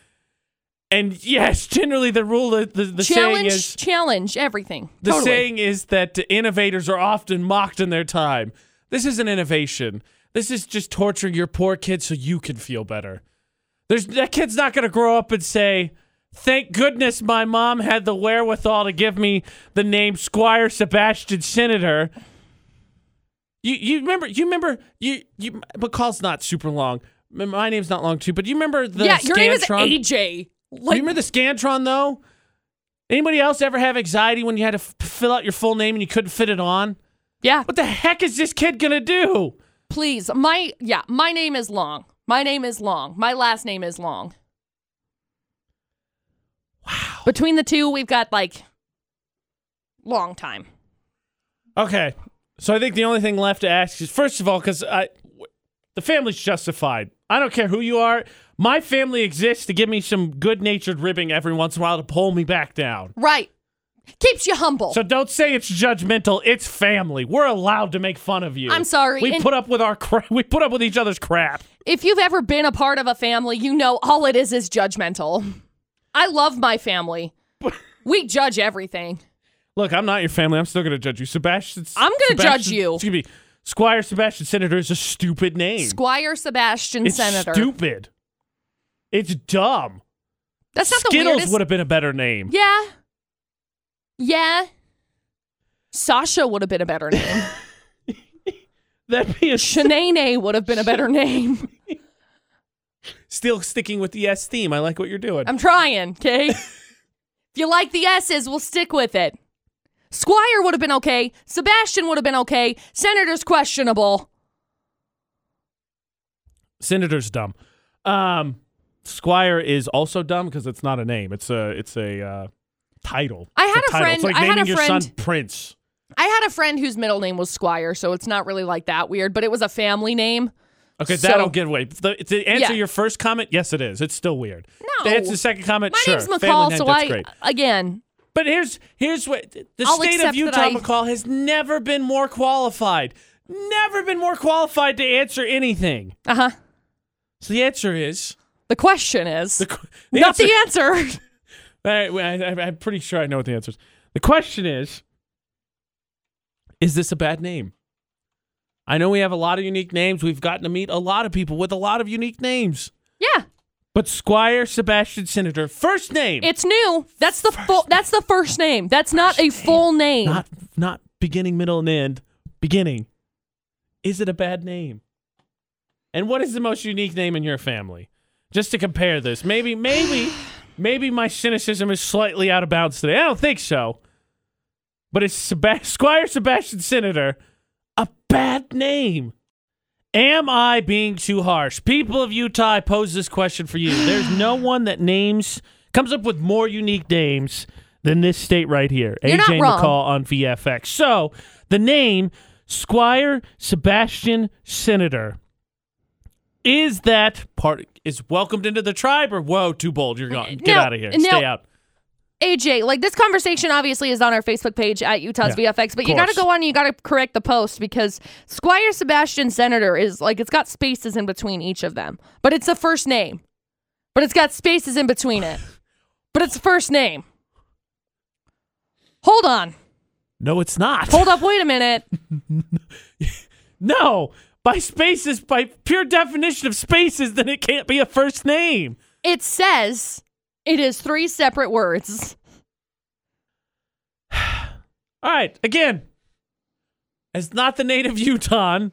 And yes, generally the rule, the the, the saying challenge, is challenge everything. the totally. saying is that innovators are often mocked in their time. This is an innovation. This is just torturing your poor kid so you can feel better. There's that kid's not going to grow up and say, "Thank goodness my mom had the wherewithal to give me the name Squire Sebastian Senator." You you remember you remember you you McCall's not super long. M- My name's not long too, but you remember the yeah, your name is Scantron? AJ. Like, Remember the Scantron though? Anybody else ever have anxiety when you had to f- fill out your full name and you couldn't fit it on? yeah, What the heck is this kid gonna do? please. My yeah, my name is long. My name is long. My last name is long. Wow. Between the two, we've got like long time. Okay, so I think the only thing left to ask is first of all, because I, w- the family's justified. I don't care who you are. My family exists to give me some good-natured ribbing every once in a while to pull me back down. Right. Keeps you humble. So don't say it's judgmental. It's family. We're allowed to make fun of you. I'm sorry, We and- put up with our cra- we put up with each other's crap. if you've ever been a part of a family, you know all it is is judgmental. I love my family. we judge everything. Look, I'm not your family. I'm still going to judge you. Sebastian. I'm gonna Sebastian- judge you. Excuse me. Squire Sebastian Senator is a stupid name. Squire Sebastian it's Senator. stupid. It's dumb. That's not the Skittles weirdest. would have been a better name. yeah. Yeah. Sasha would have been a better name. That'd be a Shanae would have been a better name. still sticking with the S theme. I like what you're doing. I'm trying, okay? if you like the S's, we'll stick with it. Squire would have been okay. Sebastian would have been okay. Senator's questionable. Senator's dumb. Um, Squire is also dumb because it's not a name. It's a it's a uh, title. I It's had a title. friend- It's like I had naming a your son friend- Prince. I had a friend whose middle name was Squire, so it's not really like that weird, but it was a family name. Okay, So- that'll get away. The, to answer Yeah. your first comment, yes, it is. It's still weird. No. To answer the second comment, My sure. name's Family McCall, name, so that's I great. again, But here's here's what the I'll state of accept Utah that I- McCall has never been more qualified. Never been more qualified to answer anything. uh-huh. So the answer is The question is the, qu- not answer- the answer. I, I, I'm pretty sure I know what the answer is. The question is Is this a bad name? I know we have a lot of unique names. We've gotten to meet a lot of people with a lot of unique names. yeah. But Squire Sebastian Senator, first name, It's new. That's the full that's the first name. That's not a full name. not not beginning, middle, and end. Beginning. Is it a bad name? And what is the most unique name in your family? Just to compare this, maybe, maybe, maybe my cynicism is slightly out of bounds today. I don't think so. But is Seb- Squire Sebastian Senator a bad name? Am I being too harsh? People of Utah, I pose this question for you. There's no one that names comes up with more unique names than this state right here. You're not AJ wrong. McCall on VFX. So the name Squire Sebastian Senator is that part is welcomed into the tribe or whoa too bold you're gone get Now- out of here now- stay out AJ, like this conversation obviously is on our Facebook page at Utah's Yeah, VFX, but you got to course. go on and you got to correct the post because Squire Sebastian Senator is like it's got spaces in between each of them, but it's a first name, but it's got spaces in between it, but it's a first name. Hold on, no it's not hold up, wait a minute. No, by spaces, by pure definition of spaces, then it can't be a first name. It says it is three separate words. All right, again, as not the native Utahn,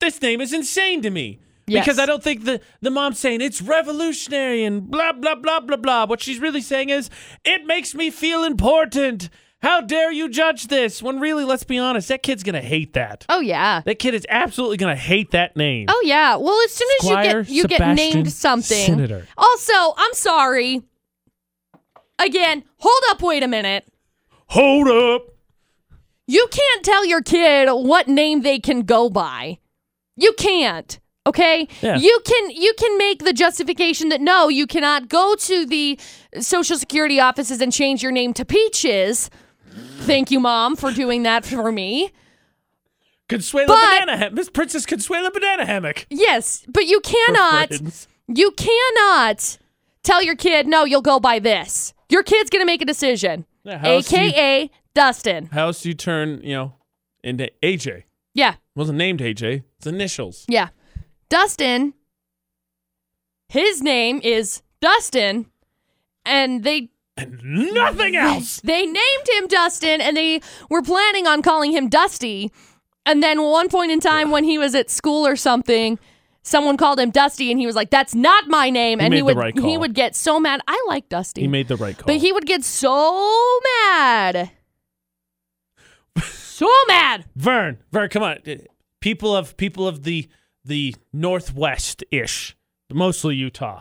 this name is insane to me. Because Yes. I don't think the, the mom's saying it's revolutionary and blah, blah, blah, blah, blah. What she's really saying is, it makes me feel important. How dare you judge this? When really, let's be honest, that kid's going to hate that. Oh yeah. That kid is absolutely going to hate that name. Oh yeah. Well, as soon as Squire you get you Sebastian get named something. Senator. Also, I'm sorry. Again, hold up. Wait a minute. Hold up. You can't tell your kid what name they can go by. You can't. Okay? Yeah. You can you can make the justification that no, you cannot go to the social security offices and change your name to Peaches. Thank you, mom, for doing that for me. Consuela But- Banana Hammock. Miss Princess Consuela Banana Hammock. Yes, but you We're cannot friends. you cannot tell your kid, no, you'll go by this. Your kid's gonna make a decision. Yeah, how else do you- AKA Dustin. How else do you turn, you know, into AJ? Yeah. Wasn't named AJ. It's initials. Yeah. Dustin, his name is Dustin, and they And nothing else. they named him Dustin and they were planning on calling him Dusty. And then one point in time when he was at school or something, someone called him Dusty and he was like, That's not my name. He and made he the would right he call. would get so mad. I like Dusty. He made the right call. but he would get so mad. so mad. Vern, Vern, come on. Uh, People of people of the the northwest ish, mostly Utah.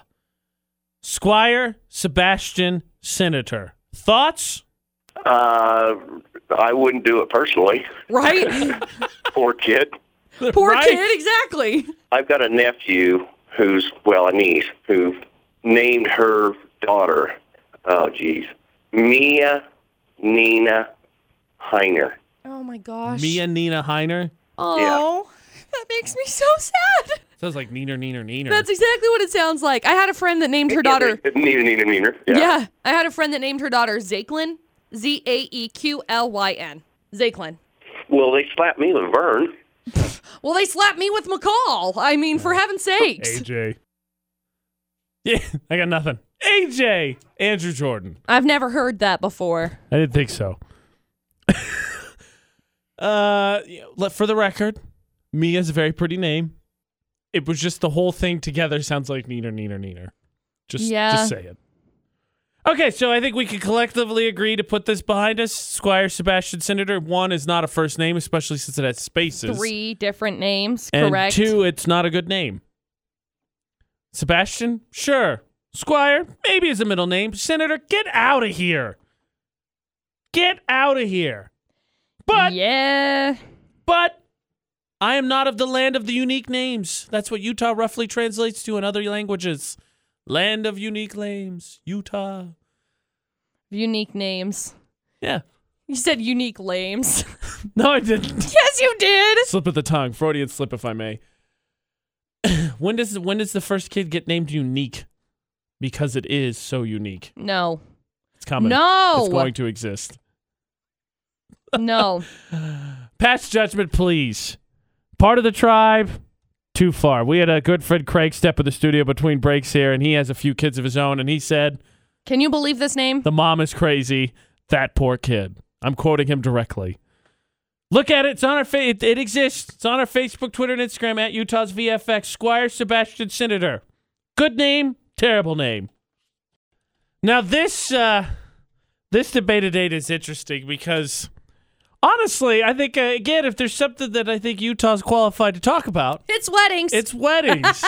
Squire, Sebastian, Senator. Thoughts? Uh, I wouldn't do it personally. Right? Poor kid. Poor Right? kid, exactly. I've got a nephew who's well, a niece who named her daughter. Oh, geez, Mia Nina Heiner. Oh my gosh. Mia Nina Heiner. Oh, that makes me so sad. Sounds like neener neener neener. That's exactly what it sounds like. I had a friend that named her daughter. Nina Nina Nina. Yeah. Yeah. I had a friend that named her daughter Zaklyn, Z A E Q L Y N, Zaklyn. Well, they slapped me with Vern. Well, they slapped me with McCall. I mean, for heaven's Oh, sakes. AJ. Yeah, I got nothing. AJ, Andrew Jordan. I've never heard that before. I didn't think so. uh, yeah, let- for the record, Mia's a very pretty name. It was just the whole thing together sounds like neener, neener, neener. Just, Yeah. just say it. Okay, so I think we can collectively agree to put this behind us. Squire Sebastian Senator one is not a first name, especially since it has spaces. Three different names, and correct? two, it's not a good name. Sebastian, sure. Squire, maybe is a middle name. Senator, get out of here. Get out of here. But yeah. but I am not of the land of the unique names. That's what Utah roughly translates to in other languages. Land of unique names, Utah. Unique names. Yeah. You said unique lames. No, I didn't. yes, you did. slip of the tongue, Freudian slip, if I may. when does when does the first kid get named unique? Because it is so unique. No. It's coming. No. it's going to exist. No. Pat's judgment, please. Part of the tribe, too far. We had a good friend Craig step in the studio between breaks here, and he has a few kids of his own, and he said Can you believe this name? the mom is crazy. That poor kid. I'm quoting him directly. Look at it. It's on our fa- it, it exists. It's on our Facebook, Twitter, and Instagram at Utah's VFX. Squire Sebastian Senator. Good name, terrible name. Now this uh, this debate today is interesting because honestly, I think uh, again, if there's something that I think Utah's qualified to talk about, It's weddings. it's weddings.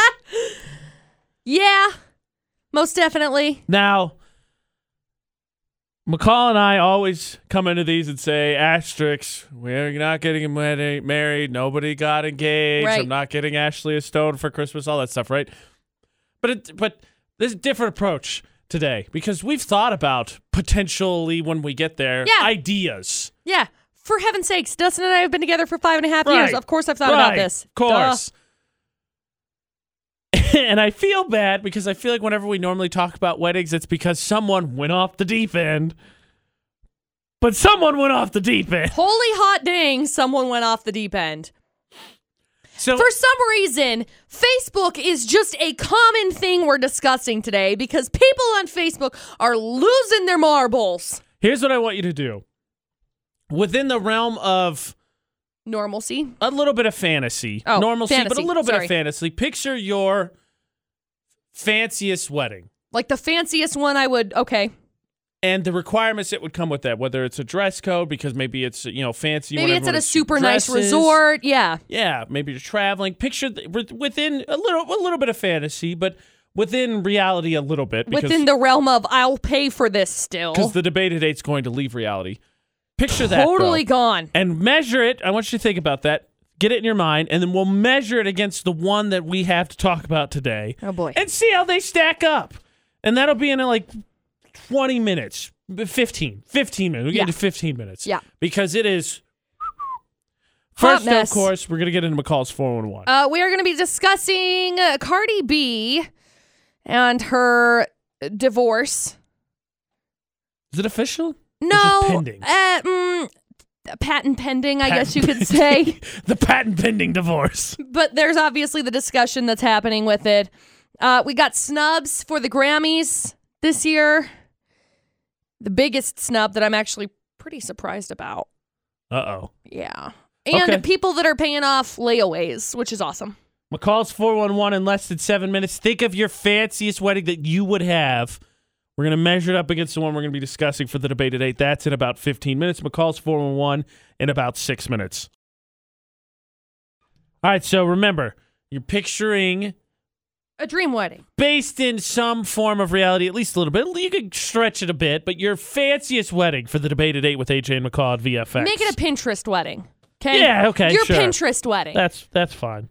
Yeah, most definitely. Now, McCall and I always come into these and say, asterisks, we're not getting wedi- married. Nobody got engaged. Right. I'm not getting Ashley a stone for Christmas, all that stuff, right? But it, but there's a different approach today because we've thought about potentially when we get there Yeah. ideas. Yeah. For heaven's sakes, Dustin and I have been together for five and a half years. Right. Of course, I've thought about Right. this. Of course. and I feel bad because I feel like whenever we normally talk about weddings, it's because someone went off the deep end. But someone went off the deep end. Duh. Holy hot dang, someone went off the deep end. So For some reason, Facebook is just a common thing we're discussing today because people on Facebook are losing their marbles. here's what I want you to do within the realm of normalcy. a little bit of fantasy. Oh, Normalcy, but fantasy. a little bit Sorry. of fantasy. Picture your fanciest wedding Like the fanciest one I would okay. and the requirements that would come with that, whether it's a dress code, because maybe it's, you know, fancy. you Maybe want it's at everyone a to super nice dresses. resort. Yeah. Yeah, maybe you're traveling. Picture th- with- within a little, a little bit of fantasy, but within reality a little bit. Because Within the realm of I'll pay for this still. because the debate at eight's going to leave reality. Picture that Totally though, gone. and measure it. I want you to think about that. Get it in your mind, and then we'll measure it against the one that we have to talk about today, Oh boy. and see how they stack up. And that'll be in uh, like twenty minutes, fifteen, fifteen minutes. We get Yeah. into fifteen minutes, Yeah. because it is. Hot First, mess. of course, we're gonna get into McCall's four one one. Uh, we are going to be discussing uh, Cardi B and her divorce. Is it official? No, pending. Uh, mm, patent pending, I guess you Patent could say. the patent pending divorce. but there's obviously the discussion that's happening with it. Uh, we got snubs for the Grammys this year. The biggest snub that I'm actually pretty surprised about. Uh oh. Yeah. And Okay. people that are paying off layaways, which is awesome. McCall's 411 in less than seven minutes. Think of your fanciest wedding that you would have. We're going to measure it up against the one we're going to be discussing for the debate at 8. That's in about 15 minutes. McCall's 411 in about six minutes. All right, so remember, you're picturing A dream wedding. based in some form of reality, at least a little bit. You could stretch it a bit, but your fanciest wedding for the debate at 8 with AJ and McCall at VFX. Make it a Pinterest wedding. Okay. Yeah, okay, Your sure. Pinterest wedding. That's that's fine.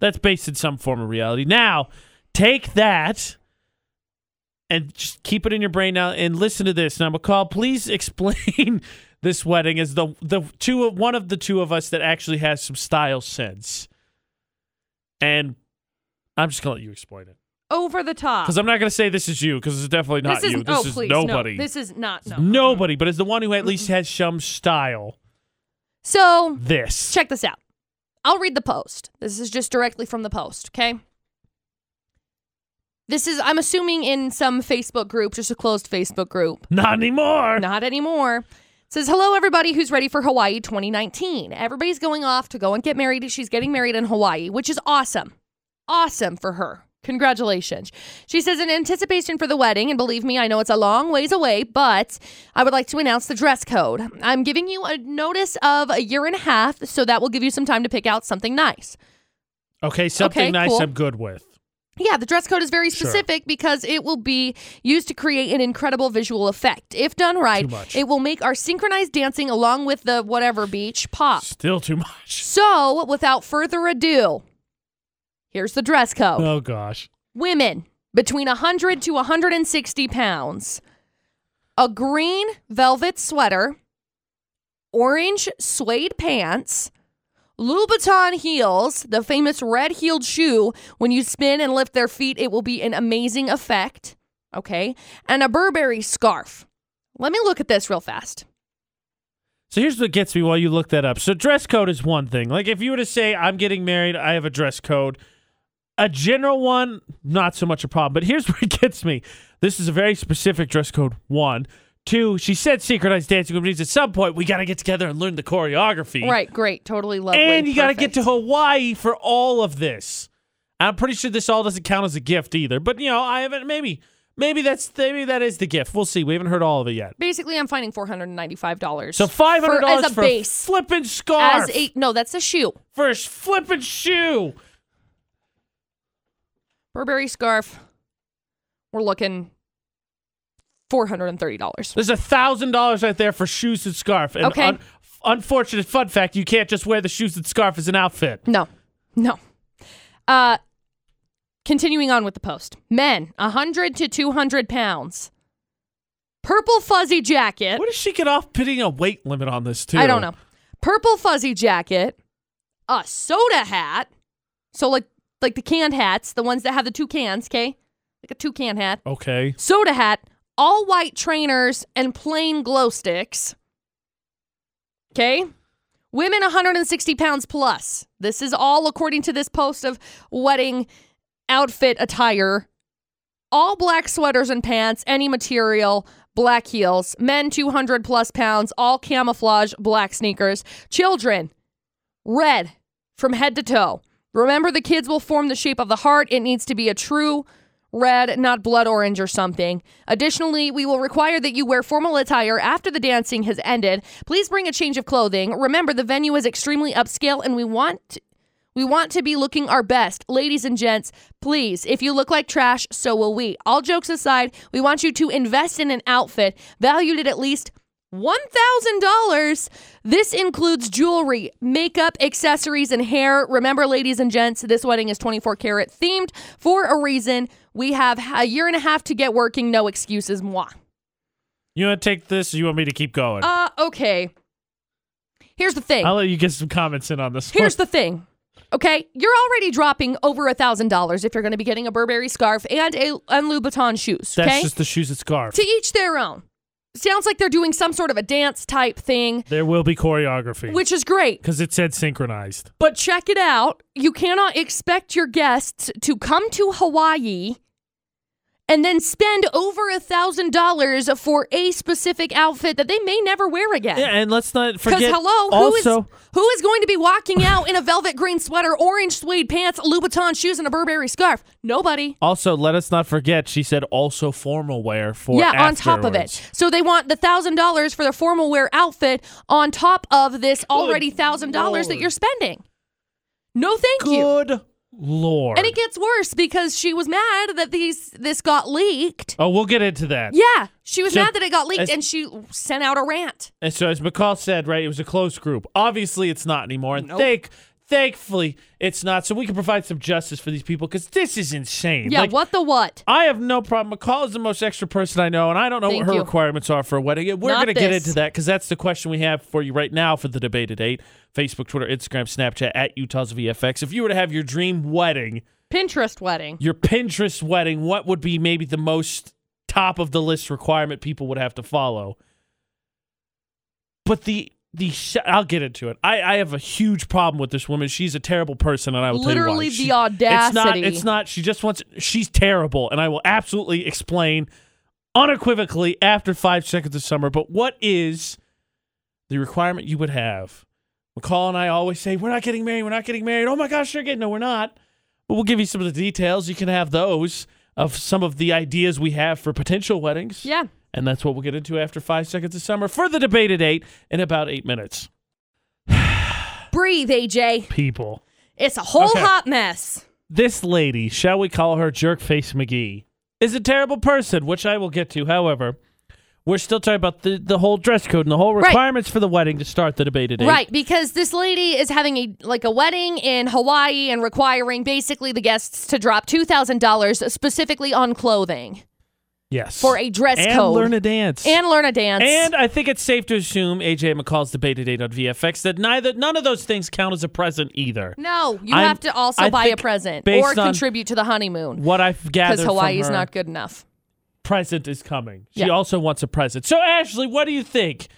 That's based in some form of reality. Now, take that and just keep it in your brain now and listen to this. Now, McCall, please explain this wedding as the the two of one of the two of us that actually has some style sense. And I'm just gonna let you explain it Over the top. because I'm not gonna say this is you because it's definitely not Ah. this is you. oh This is please nobody. No, this is not no. Nobody, but as the one who at least has some style. So This. check this out. I'll read the post. This is just directly from the post, okay? This is I'm assuming in some Facebook group, just a closed Facebook group. Not anymore. Not anymore. It says hello everybody who's ready for Hawaii 2019. Everybody's going off to go and get married. She's getting married in Hawaii, which is awesome. Awesome for her. Congratulations. She says in anticipation for the wedding, and believe me, I know it's a long ways away, but I would like to announce the dress code. I'm giving you a notice of a year and a half, so that will give you some time to pick out something nice. Okay, something Okay, nice cool. I'm good with. Yeah, the dress code is very Sure. specific because it will be used to create an incredible visual effect. If done right, Too much. it will make our synchronized dancing along with the whatever beach pop. Still too much. So, without further ado, here's the dress code Oh gosh. women between 100 to 160 pounds, a green velvet sweater, orange suede pants, Louboutin heels, the famous red heeled shoe. When you spin and lift their feet, it will be an amazing effect. Okay. And a Burberry scarf. Let me look at this real fast. So here's what gets me while you look that up. So dress code is one thing. Like if you were to say I'm getting married, I have a dress code. A general one, not so much a problem. But here's where it gets me. This is a very specific dress code. One, two. She said synchronized dancing which means at some point we got to get together and learn the choreography. Right. Great. Totally lovely. And you got to get perfect. to Hawaii for all of this. I'm pretty sure this all doesn't count as a gift either. But you know, I haven't. Maybe, maybe that's maybe that is the gift. We'll see. We haven't heard all of it yet. Basically, I'm finding $495. So five hundred as dollars a for a base. flipping scarf, As a no, that's a shoe. for a flipping shoe. Burberry scarf. We're looking four hundred and thirty dollars. There's a thousand dollars right there for shoes and scarf. And Okay. unfortunate fun fact: you can't just wear the shoes and scarf as an outfit. No, no. Uh, continuing on with the post. Men, hundred to two hundred pounds. Purple fuzzy jacket. What does she get off putting a weight limit on this too? I don't know. Purple fuzzy jacket. A soda hat. So like like the canned hats, the ones that have the two cans. Okay, like a two can hat. Okay. soda hat, all white trainers, and plain glow sticks. Okay? Women 160 pounds plus. This is all according to this post of wedding outfit attire. All black sweaters and pants, any material, black heels. Men 200 plus pounds, all camouflage, black sneakers. Children Red from head to toe. Remember, the kids will form the shape of the heart. It needs to be a true red, not blood orange or something. Additionally, we will require that you wear formal attire after the dancing has ended. Please bring a change of clothing. Remember, the venue is extremely upscale and we want. We want to be looking our best. Ladies and gents, please, if you look like trash, so will we. All jokes aside, we want you to invest in an outfit valued at at least $1,000. This includes jewelry, makeup, accessories, and hair. Remember, ladies and gents, this wedding is 24 karat themed for a reason. We have a year and a half to get working. No excuses, moi. You want to take this or you want me to keep going? Uh, okay. Here's the thing. I'll let you get some comments in on this Here's one. the thing. Okay, you're already dropping over a thousand dollars if you're going to be getting a Burberry scarf and a and Louboutin shoes. That's Okay, just the shoes and scarf. to each their own. Sounds like they're doing some sort of a dance type thing, there will be choreography. which is great. Because it said synchronized. But check it out. You cannot expect your guests to come to Hawaii and then spend over a thousand dollars for a specific outfit that they may never wear again. Yeah, and let's not Because forget. hello, who is also, who is going to be walking out in a velvet green sweater, orange suede pants, Louboutin shoes, and a Burberry scarf? Nobody. also let us not forget. She said also formal wear for yeah, on top of it. afterwards. So they want the thousand dollars for the formal wear outfit on top of this already thousand dollars that Lord. you're spending. No, thank you. Good lord. And it gets worse because she was mad that these this got leaked. oh, we'll get into that. Yeah, she was So- mad that it got leaked, as- and she sent out a rant. And so, as McCall said, right, it was a closed group. Obviously, it's not anymore. And thank, thankfully, it's not. So we can provide some justice for these people because this is insane. Yeah, Like, what the what? I have no problem. McCall is the most extra person I know, and I don't know Thank what her you. requirements are for a wedding. We're Not going to get this. into that because that's the question we have for you right now for the debate at 8. Facebook, Twitter, Instagram, Snapchat, at Utah's VFX. If you were to have your dream wedding, Pinterest wedding. your Pinterest wedding, what would be maybe the most top of the list requirement people would have to follow? But the the sh- I'll get into it. I, I have a huge problem with this woman. She's a terrible person, and I will tell you why. Literally She- the audacity. It's not. It's not. She just wants. She's terrible, and I will absolutely explain unequivocally after five seconds of summer. But what is the requirement you would have? McCall and I always say we're not getting married. We're not getting married. Oh my gosh, you're getting. No, we're not. But we'll give you some of the details. You can have those of some of the ideas we have for potential weddings. Yeah. And that's what we'll get into after five seconds of summer for the debate at eight in about eight minutes. Breathe, AJ. People. It's a whole Okay. hot mess. this lady, shall we call her Jerkface McGee, is a terrible person, which I will get to. However, we're still talking about the, the whole dress code and the whole Right. requirements for the wedding to start the debate today. Right, because this lady is having a like a wedding in Hawaii and requiring basically the guests to drop two thousand dollars specifically on clothing Yes. for a dress and code learn a dance. and learn a dance. And I think it's safe to assume AJ McCall's debate today on VFX that neither none of those things count as a present either. no, you I'm- have to also I buy a think present based or on contribute to the honeymoon What I've gathered because from Hawaii's her- not good enough. present is coming. She Yeah. also wants a present. So Ashley, what do you think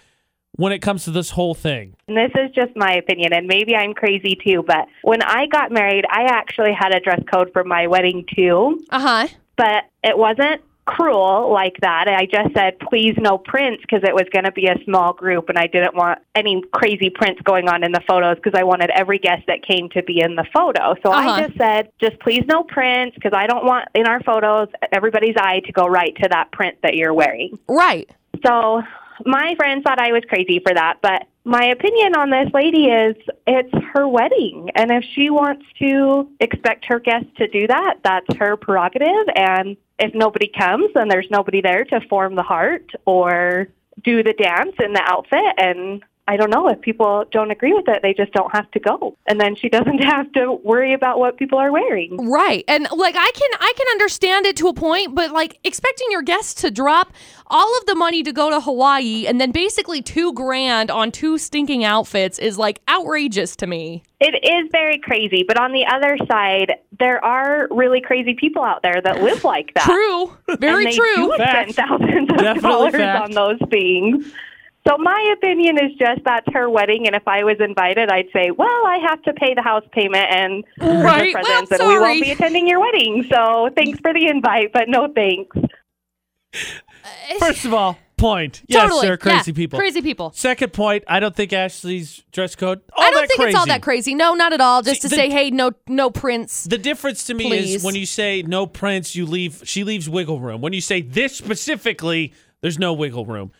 when it comes to this whole thing? And this is just my opinion, and maybe I'm crazy too, but when I got married, I actually had a dress code for my wedding too, Uh huh. but it wasn't cruel like that. I just said, please, no prints, because it was going to be a small group, and I didn't want any crazy prints going on in the photos because I wanted every guest that came to be in the photo. So Uh-huh. I just said, just please, no prints, because I don't want in our photos everybody's eye to go right to that print that you're wearing. Right. So my friends thought I was crazy for that, but my opinion on this lady is it's her wedding. And if she wants to expect her guests to do that, that's her prerogative. And if nobody comes, then there's nobody there to form the heart or do the dance in the outfit. And I don't know if people don't agree with it, they just don't have to go. And then she doesn't have to worry about what people are wearing. Right. And like I can I can understand it to a point, but like expecting your guests to drop all of the money to go to Hawaii and then basically 2 grand on two stinking outfits is like outrageous to me. It is very crazy, but on the other side, there are really crazy people out there that live like that. True. Very and they true. do Fact. spend thousands of Definitely dollars fact. on those things. So my opinion is just that's her wedding, and if I was invited, I'd say, "Well, I have to pay the house payment and Right. the Well, presents, and we sorry. won't be attending your wedding. So thanks for the invite, but no thanks." First of all, point. Yes, totally. they're crazy Yeah. people. Crazy people. Second point, I don't think Ashley's dress code. All I don't that think crazy. it's all that crazy. No, not at all. Just See, to the- say, hey, no, no prints. The difference to me Please. is when you say no prints, you leave. She leaves wiggle room. When you say this specifically, there's no wiggle room.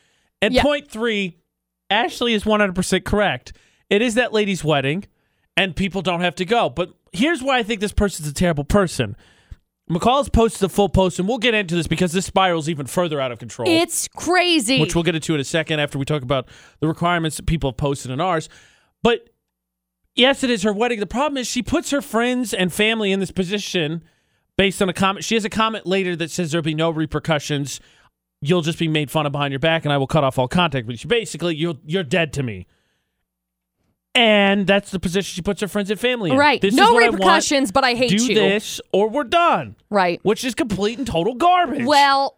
And Yeah. point three, Ashley is 100% correct. It is that lady's wedding, and people don't have to go. But here's why I think this person's a terrible person. McCall's posted a full post, and we'll get into this because this spirals even further out of control It's crazy. which we'll get into in a second after we talk about the requirements that people have posted in ours. But yes, it is her wedding. The problem is she puts her friends and family in this position based on a comment. She has a comment later that says there'll be no repercussions. You'll just be made fun of behind your back, and I will cut off all contact with you. Basically, you're you're dead to me. And that's the position she puts her friends and family in. right. This is no what I want. repercussions, but I hate Do you. this or we're done. Right. Which is complete and total garbage. Well,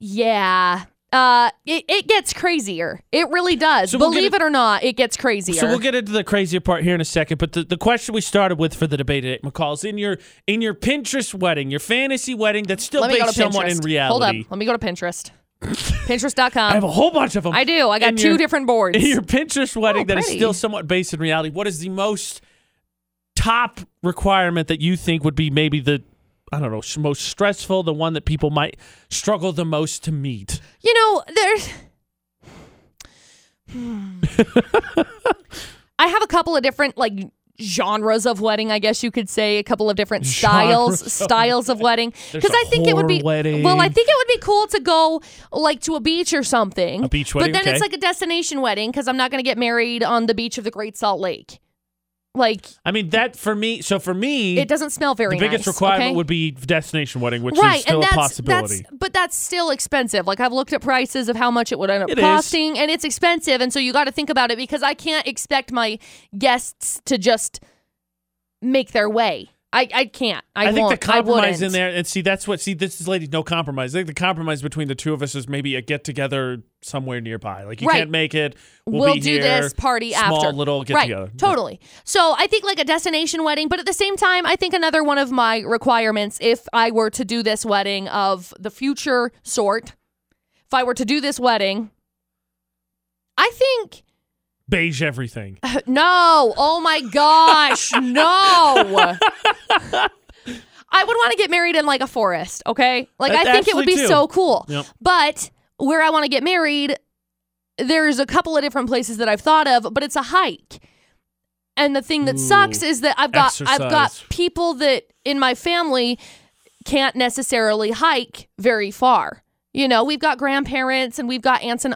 yeah. Uh, it, it gets crazier. It really does. So we'll Believe get- it or not, it gets crazier. So we'll get into the crazier part here in a second, but the, the question we started with for the debate today, McCall, is in your in your Pinterest wedding, your fantasy wedding that's still Let me go to based somewhat Pinterest. in Hold up. reality. Let me go to Pinterest. I have Pinterest.com. a whole bunch of them. I do. I got In two your- different boards. In your Pinterest wedding Oh, that is pretty. still somewhat based in reality, what is the most top requirement that you think would be maybe the I don't know, s- most stressful, the one that people might struggle the most to meet? You know, there's. Hmm. I have a couple of different like genres of wedding, I guess you could say, a couple of different Genres styles of styles of wedding. There's Because a I think it would be whore wedding. well, I think it would be cool to go like to a beach or something. A beach But wedding, then okay. it's like a destination wedding because I'm not going to get married on the beach of the Great Salt Lake. Like I mean, that for me, so for me, it doesn't smell very. the biggest nice, requirement okay? would be destination wedding, which right, is still and that's a possibility. that's but that's still expensive. Like I've looked at prices of how much it would end up It is. costing, and it's expensive, and so you got to think about it because I can't expect my guests to just make their way. I, I can't. I, I, think won't. the compromise I in there, and see, that's what. See, this is ladies, no compromise. I think the compromise between the two of us is maybe a get together somewhere nearby. Like you Right. can't make it. We'll, We'll, be do here, this party small after. little get right, together. Totally. So I think like a destination wedding, but at the same time, I think another one of my requirements, if I were to do this wedding of the future sort, if I were to do this wedding, I think beige everything. No. Oh my gosh. no. I would want to get married in like a forest, okay? Like That's I think it would be actually too. so cool. Yep. But where I want to get married, there's a couple of different places that I've thought of, but it's a hike. And the thing that Ooh. sucks is that I've got I've got Exercise. people that in my family can't necessarily hike very far. You know, we've got grandparents and we've got aunts and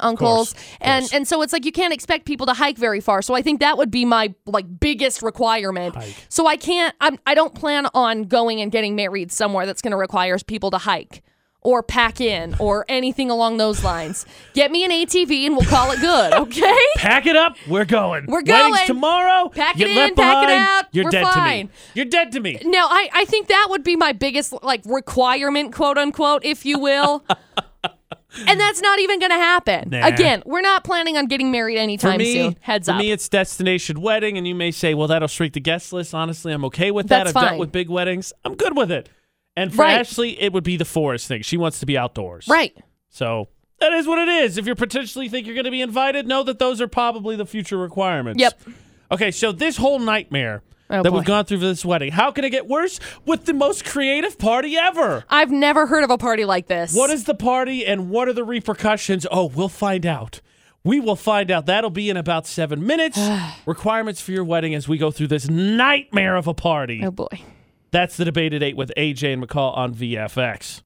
course, uncles, of and course. and so it's like you can't expect people to hike very far. So I think that would be my like biggest requirement. Hike. So I can't. I'm, I don't plan on going and getting married somewhere that's going to require people to hike or pack in or anything along those lines. Get me an ATV and we'll call it good. Okay. Pack it up. We're going. We're Wedding's going. tomorrow. Pack Get it left in, pack it behind. out. You're We're dead fine. to me. You're dead to me. No, I, I think that would be my biggest like requirement, quote unquote, if you will. and that's not even going to happen. Nah. Again, we're not planning on getting married anytime soon. Heads for up. me, it's destination wedding, and you may say, "Well, that'll shrink the guest list." Honestly, I'm okay with that. That's I've fine. dealt with big weddings. I'm good with it. And for Right. Ashley, it would be the forest thing. She wants to be outdoors. right. So that is what it is. If you potentially think you're going to be invited, know that those are probably the future requirements. Yep. Okay, so this whole nightmare Oh, that boy. we've gone through for this wedding, how can it get worse with the most creative party ever? I've never heard of a party like this. What is the party and what are the repercussions? Oh, we'll find out. We will find out. That'll be in about seven minutes. Requirements for your wedding as we go through this nightmare of a party. Oh boy. That's the debate at eight with AJ and McCall on VFX.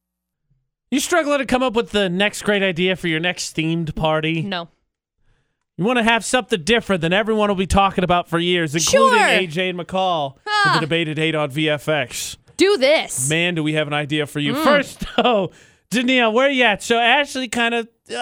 You struggling to come up with the next great idea for your next themed party? No. You want to have something different than everyone will be talking about for years, including Sure. AJ and McCall for Ah. the debate at eight on VFX. Do this. Man, do we have an idea for you. Mm. First, though, Danielle, where you at? So Ashley kind of, uh,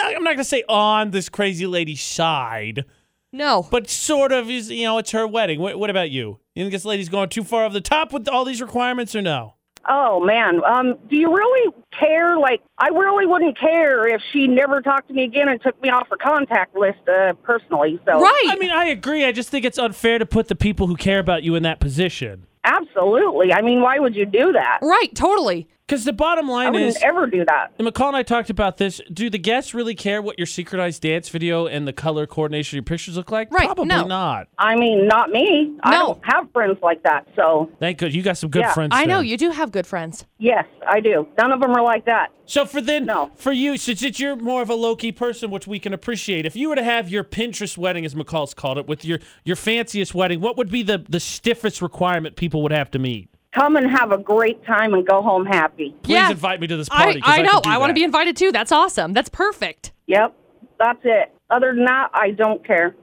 I'm not going to say on this crazy lady's side, No. but sort of is, you know, it's her wedding. What, what about you? You think this lady's going too far over the top with all these requirements or no? Oh man, um, do you really care? Like, I really wouldn't care if she never talked to me again and took me off her contact list uh, personally. So, right. I mean, I agree. I just think it's unfair to put the people who care about you in that position. absolutely. I mean, why would you do that? right. Totally. Because the bottom I line wouldn't is, ever do that. and McCall and I talked about this. Do the guests really care what your synchronized dance video and the color coordination of your pictures look like? Right, Probably no. not. I mean, not me. I No. don't have friends like that. So, Thank good. You got some good Yeah. friends. I know then. you do have good friends. yes, I do. None of them are like that. So for then, No. for you, since it's- you're more of a low key person, which we can appreciate, if you were to have your Pinterest wedding, as McCall's called it, with your your fanciest wedding, what would be the the stiffest requirement people would have to meet? Come and have a great time and go home happy. Please Yeah. invite me to this I, party. 'cause I know. could do I want to that. be invited too. That's awesome. That's perfect. Yep, that's it. Other than that, I don't care.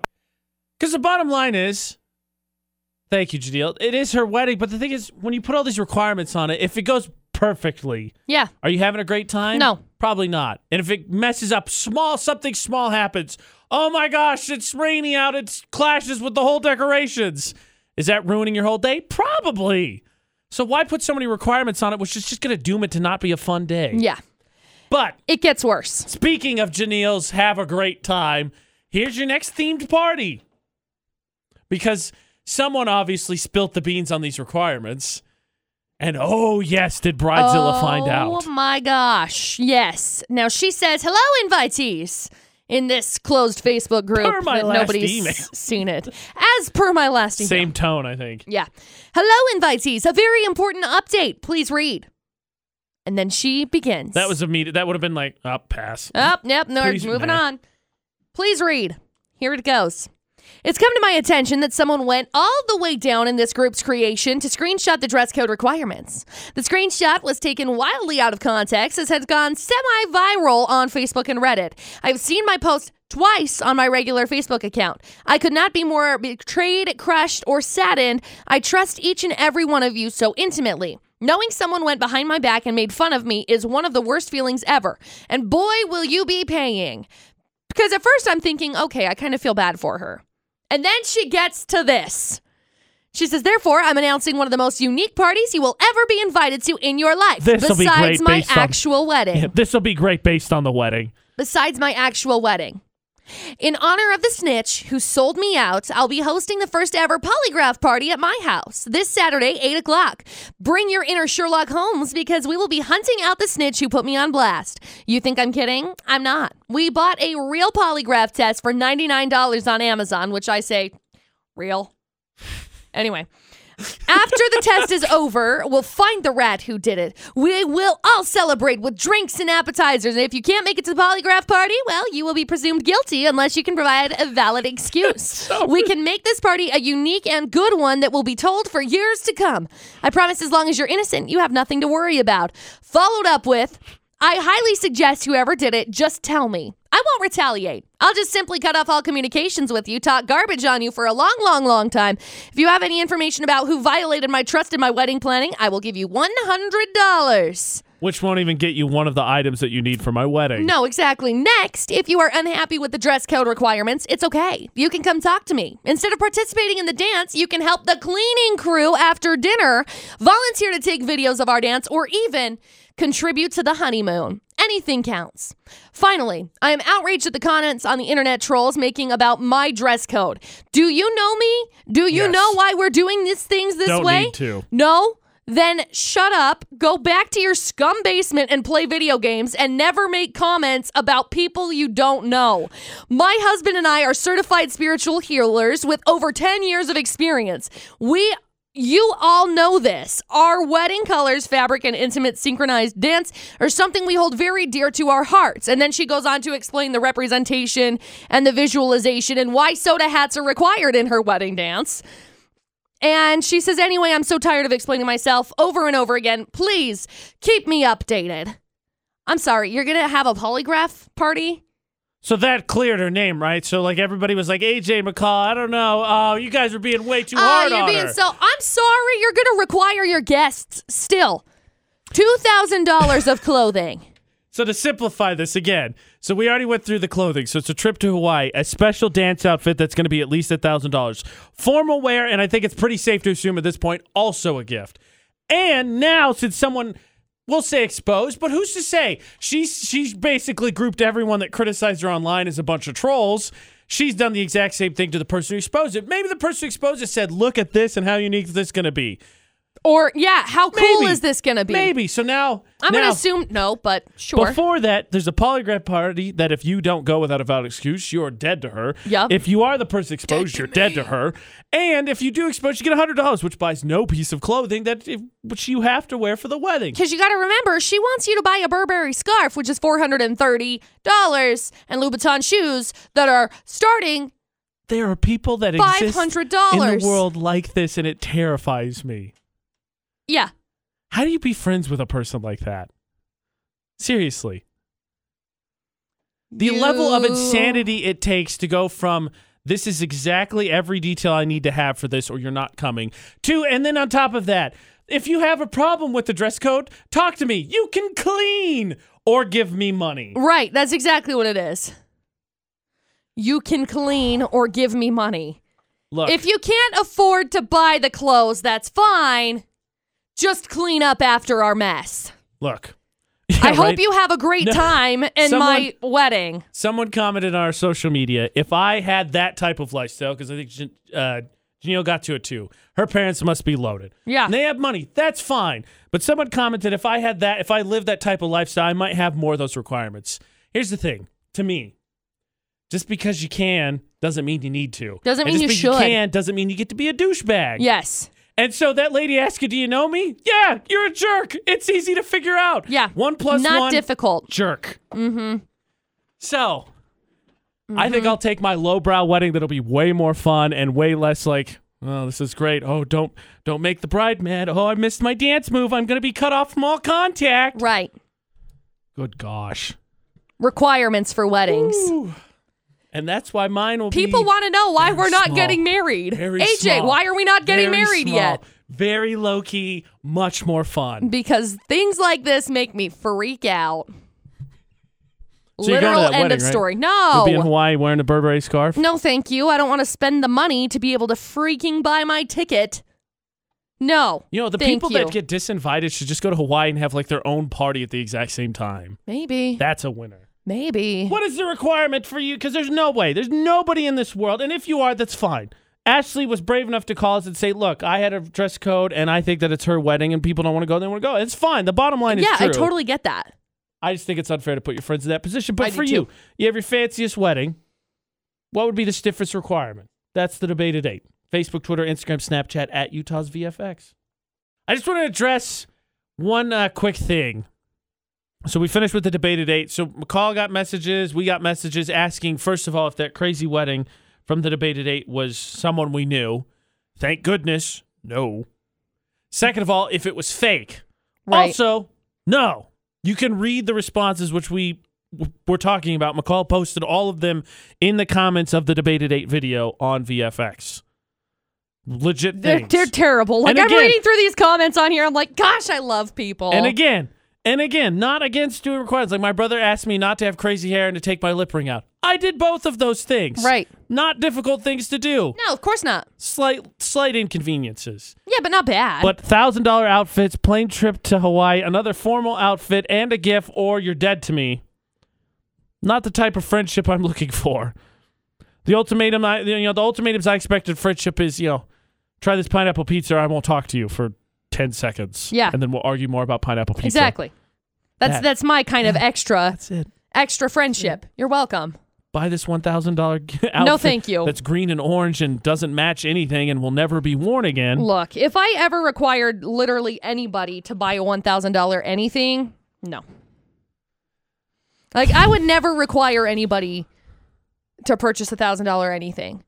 Because the bottom line is, thank you, Jadeel. It is her wedding, but the thing is, when you put all these requirements on it, if it goes perfectly, Yeah. are you having a great time? No. probably not. And if it messes up, small something small happens. Oh my gosh, it's rainy out. It clashes with the whole decorations. Is that ruining your whole day? Probably. So why put so many requirements on it, which is just going to doom it to not be a fun day? Yeah. But It gets worse. Speaking of Janiel's have a great time, here's your next themed party. Because someone obviously spilt the beans on these requirements. And oh, yes, did Bridezilla find out. Oh my gosh. Yes. Now she says, hello, invitees. In this closed Facebook group Per my that last nobody's email. seen it. As per my last email. Same tone, I think. Yeah. Hello, invitees. A very important update. Please read. And then she begins. That was immediate. That would have been like, up pass. Up, nope, no, we're Please- moving nah. on. Please read. Here it goes. It's come to my attention that someone went all the way down in this group's creation to screenshot the dress code requirements. The screenshot was taken wildly out of context as has gone semi viral on Facebook and Reddit. I've seen my post twice on my regular Facebook account. I could not be more betrayed, crushed, or saddened. I trust each and every one of you so intimately. Knowing someone went behind my back and made fun of me is one of the worst feelings ever. And boy, will you be paying. Because at first I'm thinking, okay, I kind of feel bad for her. And then she gets to this. She says, therefore, I'm announcing one of the most unique parties you will ever be invited to in your life. This'll be besides great my based on- actual wedding This will be great based on the wedding. besides my actual wedding. In honor of the snitch who sold me out, I'll be hosting the first ever polygraph party at my house this Saturday, 8 o'clock. Bring your inner Sherlock Holmes because we will be hunting out the snitch who put me on blast. You think I'm kidding? I'm not. We bought a real polygraph test for $99 on Amazon, which I say, real. Anyway. After the test is over, we'll find the rat who did it. We will all celebrate with drinks and appetizers. And if you can't make it to the polygraph party, well, you will be presumed guilty unless you can provide a valid excuse. we can make this party a unique and good one that will be told for years to come. I promise, as long as you're innocent, you have nothing to worry about. Followed up with, I highly suggest whoever did it just tell me. I won't retaliate. I'll just simply cut off all communications with you, talk garbage on you for a long, long, long time. If you have any information about who violated my trust in my wedding planning, I will give you $100. Which won't even get you one of the items that you need for my wedding. No, exactly. Next, if you are unhappy with the dress code requirements, it's okay. You can come talk to me. Instead of participating in the dance, you can help the cleaning crew after dinner, volunteer to take videos of our dance, or even contribute to the honeymoon. Anything counts. Finally, I am outraged at the comments on the internet trolls making about my dress code. Do you know me? Do you Yes. know why we're doing these things this Don't way? need to. No, then shut up, go back to your scum basement and play video games and never make comments about people you don't know. My husband and I are certified spiritual healers with over 10 years of experience. We you all know this. Our wedding colors, fabric, and intimate synchronized dance are something we hold very dear to our hearts. And then she goes on to explain the representation and the visualization and why soda hats are required in her wedding dance. And she says, anyway, I'm so tired of explaining myself over and over again. Please keep me updated. I'm sorry, you're going to have a polygraph party? So that cleared her name, right? So like everybody was like, AJ McCall, I don't know. Oh, you guys are being way too Oh, hard you're on being her. so. I'm sorry, you're going to require your guests still $2,000 of clothing. So to simplify this again, so we already went through the clothing. So it's a trip to Hawaii, a special dance outfit that's going to be at least thousand dollars, formal wear, and I think it's pretty safe to assume at this point also a gift. And now since someone we'll say exposed, but who's to say she's she's basically grouped everyone that criticized her online as a bunch of trolls. She's done the exact same thing to the person who exposed it. Maybe the person who exposed it said, "Look at this and how unique this is going to be." Or yeah, how cool Maybe. is this gonna be? Maybe. So now I'm now, gonna assume no, but sure. Before that, there's a polygraph party that if you don't go without a valid excuse, you're dead to her. Yup. If you are the person exposed, you're dead to her. And if you do expose, you get $100, which buys no piece of clothing that if, which you have to wear for the wedding. Because you got to remember, she wants you to buy a Burberry scarf, which is $430, and Louboutin shoes that are starting. There are people that exist in $500. the world like this, and it terrifies me. Yeah. How do you be friends with a person like that? Seriously. The level of You- insanity it takes to go from this is exactly every detail I need to have for this, or you're not coming, to, and then on top of that, if you have a problem with the dress code, talk to me. You can clean or give me money. Right. That's exactly what it is. You can clean or give me money. Look, If you can't afford to buy the clothes, that's fine. Just clean up after our mess. look. I hope you have a great No. time in my wedding. Someone commented on our social media if I had that type of lifestyle, because I think Jan- uh, Janelle got to it too. Her parents must be loaded. Yeah. And they have money. That's fine. But someone commented if I had that, if I lived that type of lifestyle, I might have more of those requirements. Here's the thing to me, just because you can doesn't mean you need to. Doesn't And mean just you because should. You can doesn't mean you get to be a douchebag. Yes. And so that lady asked you, "Do you know me?" Yeah, you're a jerk. It's easy to figure out. Yeah. One plus Not one difficult. jerk. Mm-hmm. So I Mm-hmm. think I'll take my lowbrow wedding that'll be way more fun and way less like, oh, this is great. Oh, don't don't make the bride mad. Oh, I missed my dance move. I'm gonna be cut off from all contact. Right. Good gosh. Requirements for weddings. Ooh. And that's why mine will People be want to know why very we're not small. getting married. very AJ, small, why are we not getting very married small, yet? Very low key, much more fun. Because things like this make me freak out. So you're going to Literal that end wedding, of right? story. You'll be in No. Hawaii wearing a Burberry scarf. No, thank you. I don't want to spend the money to be able to freaking buy my ticket. No. You know, the thank people you. that get disinvited should just go to Hawaii and have like their own party at the exact same time. Maybe. That's a winner. maybe. What is the requirement for you? Because there's no way. There's nobody in this world. And if you are, that's fine. Ashley was brave enough to call us and say, look, I had a dress code and I think that it's her wedding and people don't want to go, they want to go. It's fine. The bottom line yeah, is true. I totally get that. I just think it's unfair to put your friends in that position. I But do for too. you, you have your fanciest wedding. What would be the stiffest requirement? That's the debate at eight. Facebook, Twitter, Instagram, Snapchat at Utah's VFX. I just want to address one uh, quick thing. So we finished with the debate at eight. So McCall got messages. We got messages asking, first of all, if that crazy wedding from the debate at eight was someone we knew. Thank goodness, no. Second of all, if it was fake. Right. Also, no. You can read the responses, which we w- were talking about. McCall posted all of them in the comments of the debate at eight video on VFX. Legit They're, things. they're terrible. Like, And I'm again- reading through these comments on here. I'm like, gosh, I love people. And again, and again, not against doing requirements. Like my brother asked me not to have crazy hair and to take my lip ring out. I did both of those things. Right. Not difficult things to do. No, of course not. Slight slight inconveniences. Yeah, but not bad. But thousand dollar outfits, plane trip to Hawaii, another formal outfit, and a gift, or you're dead to me. Not the type of friendship I'm looking for. The ultimatum, I, you know, the ultimatums I expected friendship is, you know, try this pineapple pizza, or I won't talk to you for ten seconds. Yeah. and then we'll argue more about pineapple pizza. Exactly. That's That- that's my kind of extra That's it. extra friendship. You're welcome. Buy this one thousand dollar outfit. thank you. That's green and orange and doesn't match anything and will never be worn again. Look, if I ever required literally anybody to buy a one thousand dollar anything, no. Like I would never require anybody to purchase a thousand dollar anything.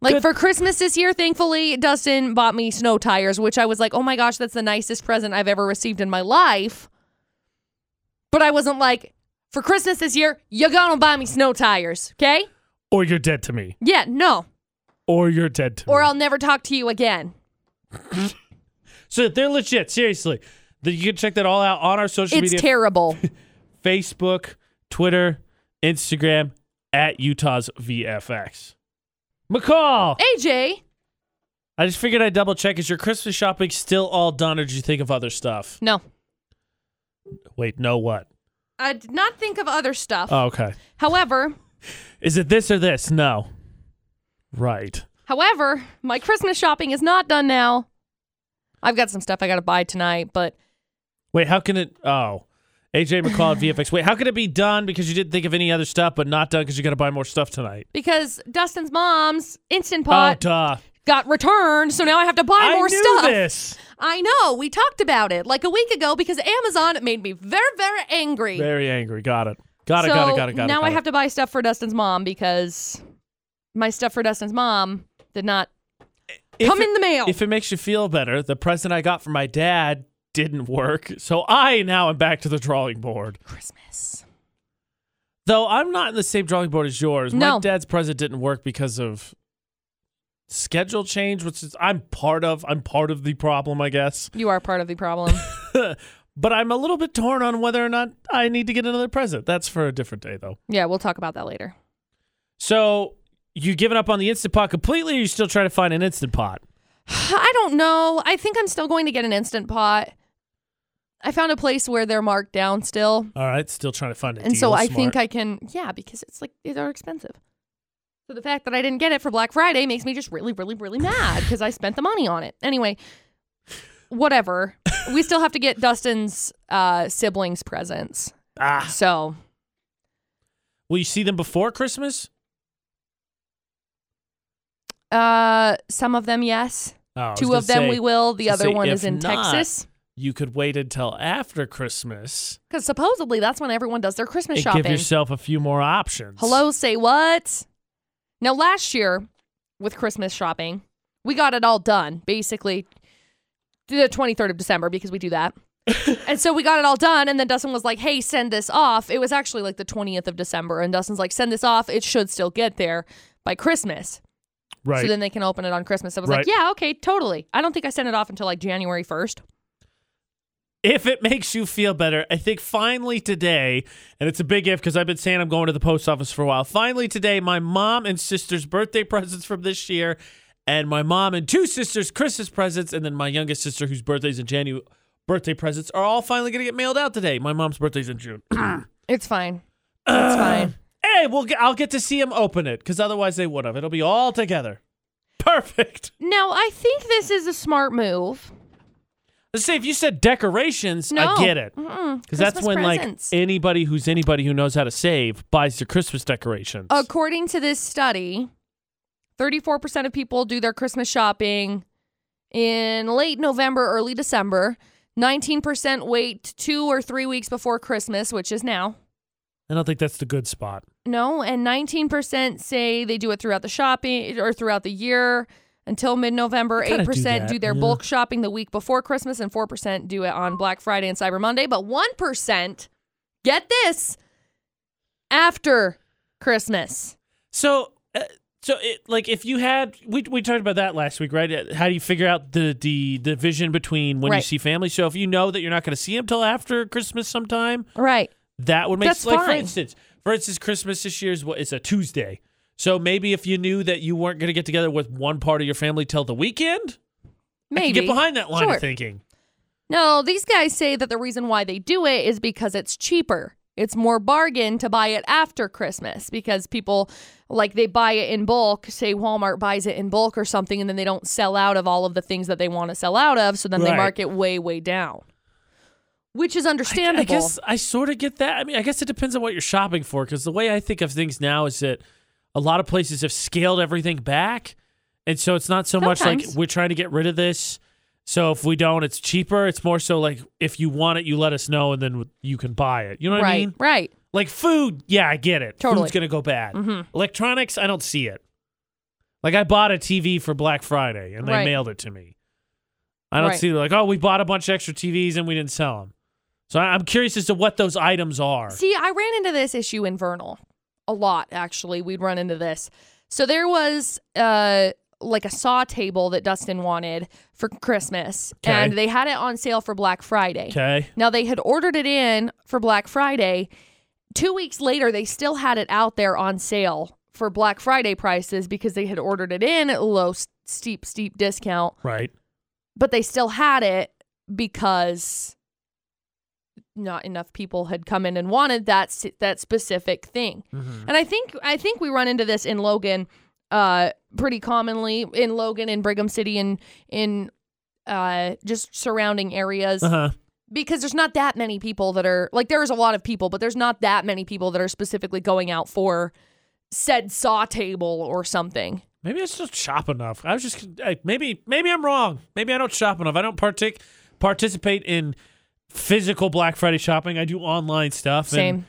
Like Good. for Christmas this year, thankfully, Dustin bought me snow tires, which I was like, oh my gosh, that's the nicest present I've ever received in my life. But I wasn't like, for Christmas this year, you're gonna buy me snow tires, okay? Or you're dead to me. Yeah, no. Or you're dead to me. Or I'll never talk to you again. So they're legit, seriously. The- You can check that all out on our social It's media terrible. Facebook, Twitter, Instagram, at Utah's VFX. McCall, Eh. AJ, I just figured I'd double check. Is your Christmas shopping still all done, or did you think of other stuff? no. Wait, no, what? I did not think of other stuff. Oh, okay. However, Is it this or this? No. Right. however, my Christmas shopping is not done now. I've got some stuff I got to buy tonight, but Wait, how can it? Oh, AJ McCall at VFX. Wait, how can it be done because you didn't think of any other stuff, but not done because you got to buy more stuff tonight? because Dustin's mom's Instant oh, Pot duh. got returned, so now I have to buy I more knew stuff. this. I know. We talked about it like a week ago because Amazon made me very, very angry. Very angry. Got it. Got it. so got it. Got it. Got it. now got I it. have to buy stuff for Dustin's mom because my stuff for Dustin's mom did not If come it- in the mail. If it makes you feel better, the present I got from my dad didn't work, so I now am back to the drawing board. Christmas. Though I'm not in the same drawing board as yours. My No. dad's present didn't work because of schedule change, which is I'm part of. I'm part of the problem, I guess. You are part of the problem. But I'm a little bit torn on whether or not I need to get another present. That's for a different day, though. yeah, we'll talk about that later. So you giving up on the instant pot completely? or You still trying to find an instant pot? I don't know. I think I'm still going to get an instant pot. I found a place where they're marked down still. All right, still trying to find a And so deal, I smart. think I can, yeah, because it's like they're expensive. So the fact that I didn't get it for Black Friday makes me just really, really, really mad because I spent the money on it. Anyway, whatever. we still have to get Dustin's uh, siblings' presents. ah. So Will you see them before Christmas? uh, some of them, yes. Oh, I was Two gonna of them say, we will. The just other say, one is if in not- Texas. You could wait until after Christmas Because supposedly that's when everyone does their Christmas and shopping. give yourself a few more options. Hello, say what? Now, last year with Christmas shopping, we got it all done basically to the 23rd of December because we do that. and so we got it all done. And then Dustin was like, hey, send this off. It was actually like the 20th of December. And Dustin's like, send this off. It should still get there by Christmas. Right. So then they can open it on Christmas. I was Right. like, yeah, okay, totally. I don't think I sent it off until like January 1st. if it makes you feel better, I think finally today, and it's a big if because I've been saying I'm going to the post office for a while. Finally today, my mom and sister's birthday presents from this year, and my mom and two sisters' Christmas presents, and then my youngest sister, whose birthday's in January, birthday presents are all finally going to get mailed out today. My mom's birthday's in June. It's fine. It's fine. hey, we'll get, I'll get to see him open it because otherwise they would have. It'll be all together. Perfect. Now, I think this is a smart move. Let's say if you said decorations, No. I get it. Mm-mm. Because that's Christmas when presents. like anybody who's anybody who knows how to save buys your Christmas decorations. According to this study, 34% of people do their Christmas shopping in late November, early December. 19% wait two or three weeks before Christmas, which is now. I don't think that's the good spot. No, and 19% say they do it throughout the shopping or throughout the year until mid November. I kinda do 8% do, that, their yeah. bulk shopping the week before Christmas, and 4% do it on Black Friday and Cyber Monday. But 1% get this after Christmas. So, uh, so it, like if you had we we talked about that last week, right? Uh, How do you figure out the the division between when you Right. see family? So if you know that you're not going to see them till after Christmas sometime, Right. that would make That's like for fine. instance, for instance, Christmas this year is what it's a Tuesday. So maybe if you knew that you weren't going to get together with one part of your family till the weekend, I Maybe. can get behind that line Sure. of thinking. No, these guys say that the reason why they do it is because it's cheaper. It's more bargain to buy it after Christmas because people like they buy it in bulk, say Walmart buys it in bulk or something and then they don't sell out of all of the things that they want to sell out of, so then Right. they mark it way way down. Which is I- understandable. I, guess I sort of get that. I mean, I guess it depends on what you're shopping for. Because the way I think of things now is that a lot of places have scaled everything back, and so it's not so much like Sometimes. we're trying to get rid of this. So if we don't, it's cheaper. It's more so like if you want it, you let us know, and then you can buy it. You know what right, I mean? right. Like food, yeah, I get it. Totally. Mm-hmm. Food's gonna go bad. Electronics, I don't see it. Like I bought a TV for Black Friday, and they Right. mailed it to me. I don't Right. see like, oh, we bought a bunch of extra TVs and we didn't sell them. So I- I'm curious as to what those items are. See, I ran into this issue in Vernal a lot, actually. We'd run into this. So there was uh like a saw table that Dustin wanted for Christmas, Okay. and they had it on sale for Black Friday. Okay, Now they had ordered it in for Black Friday. Two weeks later, they still had it out there on sale for Black Friday prices because they had ordered it in at low, s- steep, steep discount right. but they still had it because not enough people had come in and wanted that s- that specific thing. Mhm. And I think I think we run into this in Logan uh pretty commonly in Logan in Brigham City in in uh, just surrounding areas Uh-huh. because there's not that many people that are like there's a lot of people, but there's not that many people that are specifically going out for said saw table or something. Maybe I just don't shop enough. I was just I, maybe maybe I'm wrong. Maybe I don't shop enough. I don't partic- participate in physical Black Friday shopping. I do online stuff. Same. And,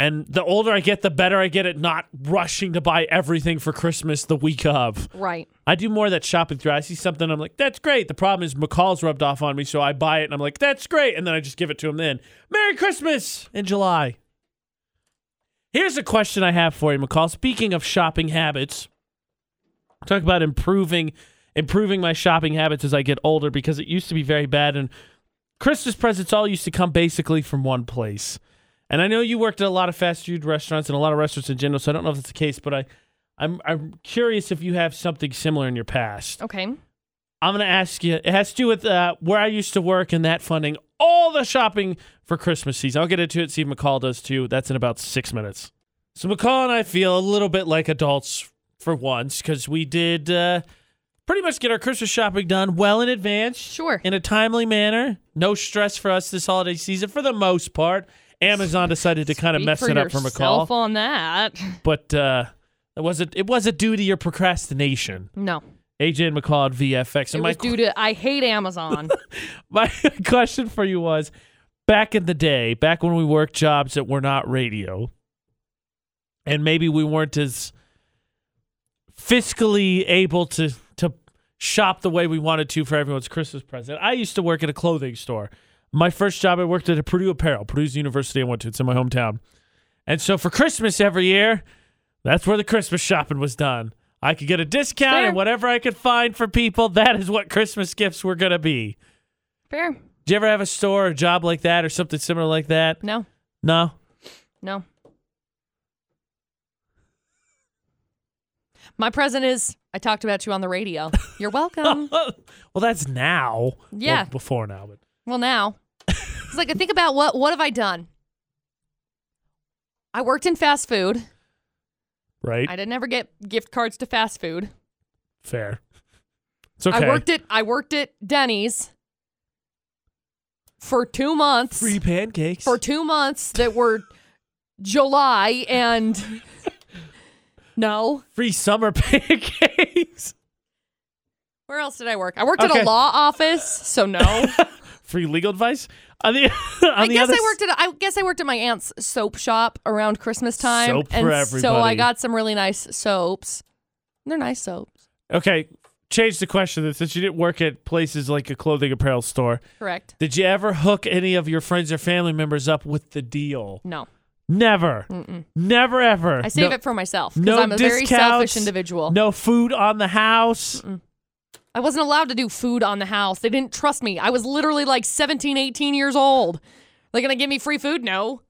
and the older I get, the better I get at not rushing to buy everything for Christmas the week of. Right. I do more of that shopping through. I see something, I'm like, that's great. The problem is McCall's rubbed off on me, so I buy it and I'm like, that's great. And then I just give it to him then. Merry Christmas in July. Here's a question I have for you, McCall. Speaking of shopping habits, talk about improving improving my shopping habits as I get older because it used to be very bad and Christmas presents all used to come basically from one place. And I know you worked at a lot of fast food restaurants and a lot of restaurants in general, so I don't know if that's the case, but I I'm I'm curious if you have something similar in your past. Okay. I'm gonna ask you. It has to do with uh, where I used to work and that funding all the shopping for Christmas season. I'll get into it. See if McCall does too. That's in about six minutes. So McCall and I feel a little bit like adults for once because we did uh, pretty much get our Christmas shopping done well in advance Sure. in a timely manner. No stress for us this holiday season for the most part. Amazon decided to kind of mess it up for McCall, on that. but uh, it wasn't. It wasn't due to your procrastination. No, AJ and McCall at VFX. And it my was due to I hate Amazon. my question for you was back in the day, back when we worked jobs that were not radio, and maybe we weren't as fiscally able to to shop the way we wanted to for everyone's Christmas present. I used to work at a clothing store. My first job, I worked at a Purdue Apparel, Purdue's the university I went to. It's in my hometown. And so for Christmas every year, that's where the Christmas shopping was done. I could get a discount Fair. and whatever I could find for people, that is what Christmas gifts were going to be. Fair. Do you ever have a store or a job like that or something similar like that? No, No. no. My present is I talked about you on the radio. You're welcome. well, that's now. Yeah. Well, before now, but well, now it's like I think about what what have I done? I worked in fast food. right? I didn't ever get gift cards to fast food. Fair. It's okay. I worked at I worked at Denny's for two months. free pancakes. for two months that were July and no. free summer pancakes. Where else did I work? I worked at Okay. a law office, so no. free legal advice. On the on I the guess other I worked at a, I guess I worked at my aunt's soap shop around Christmas time, Soap for and so I everybody. got some really nice soaps. They're nice soaps, s- Okay, change the question. Then since you didn't work at places like a clothing apparel store, correct? did you ever hook any of your friends or family members up with the deal? No, Never, Mm-mm. never ever. I save No- it for myself because no I'm a very discounts, selfish individual. No food on the house. I wasn't allowed to do food on the house. They didn't trust me. I was literally like 17, 18 years old. They're going to give me free food? No.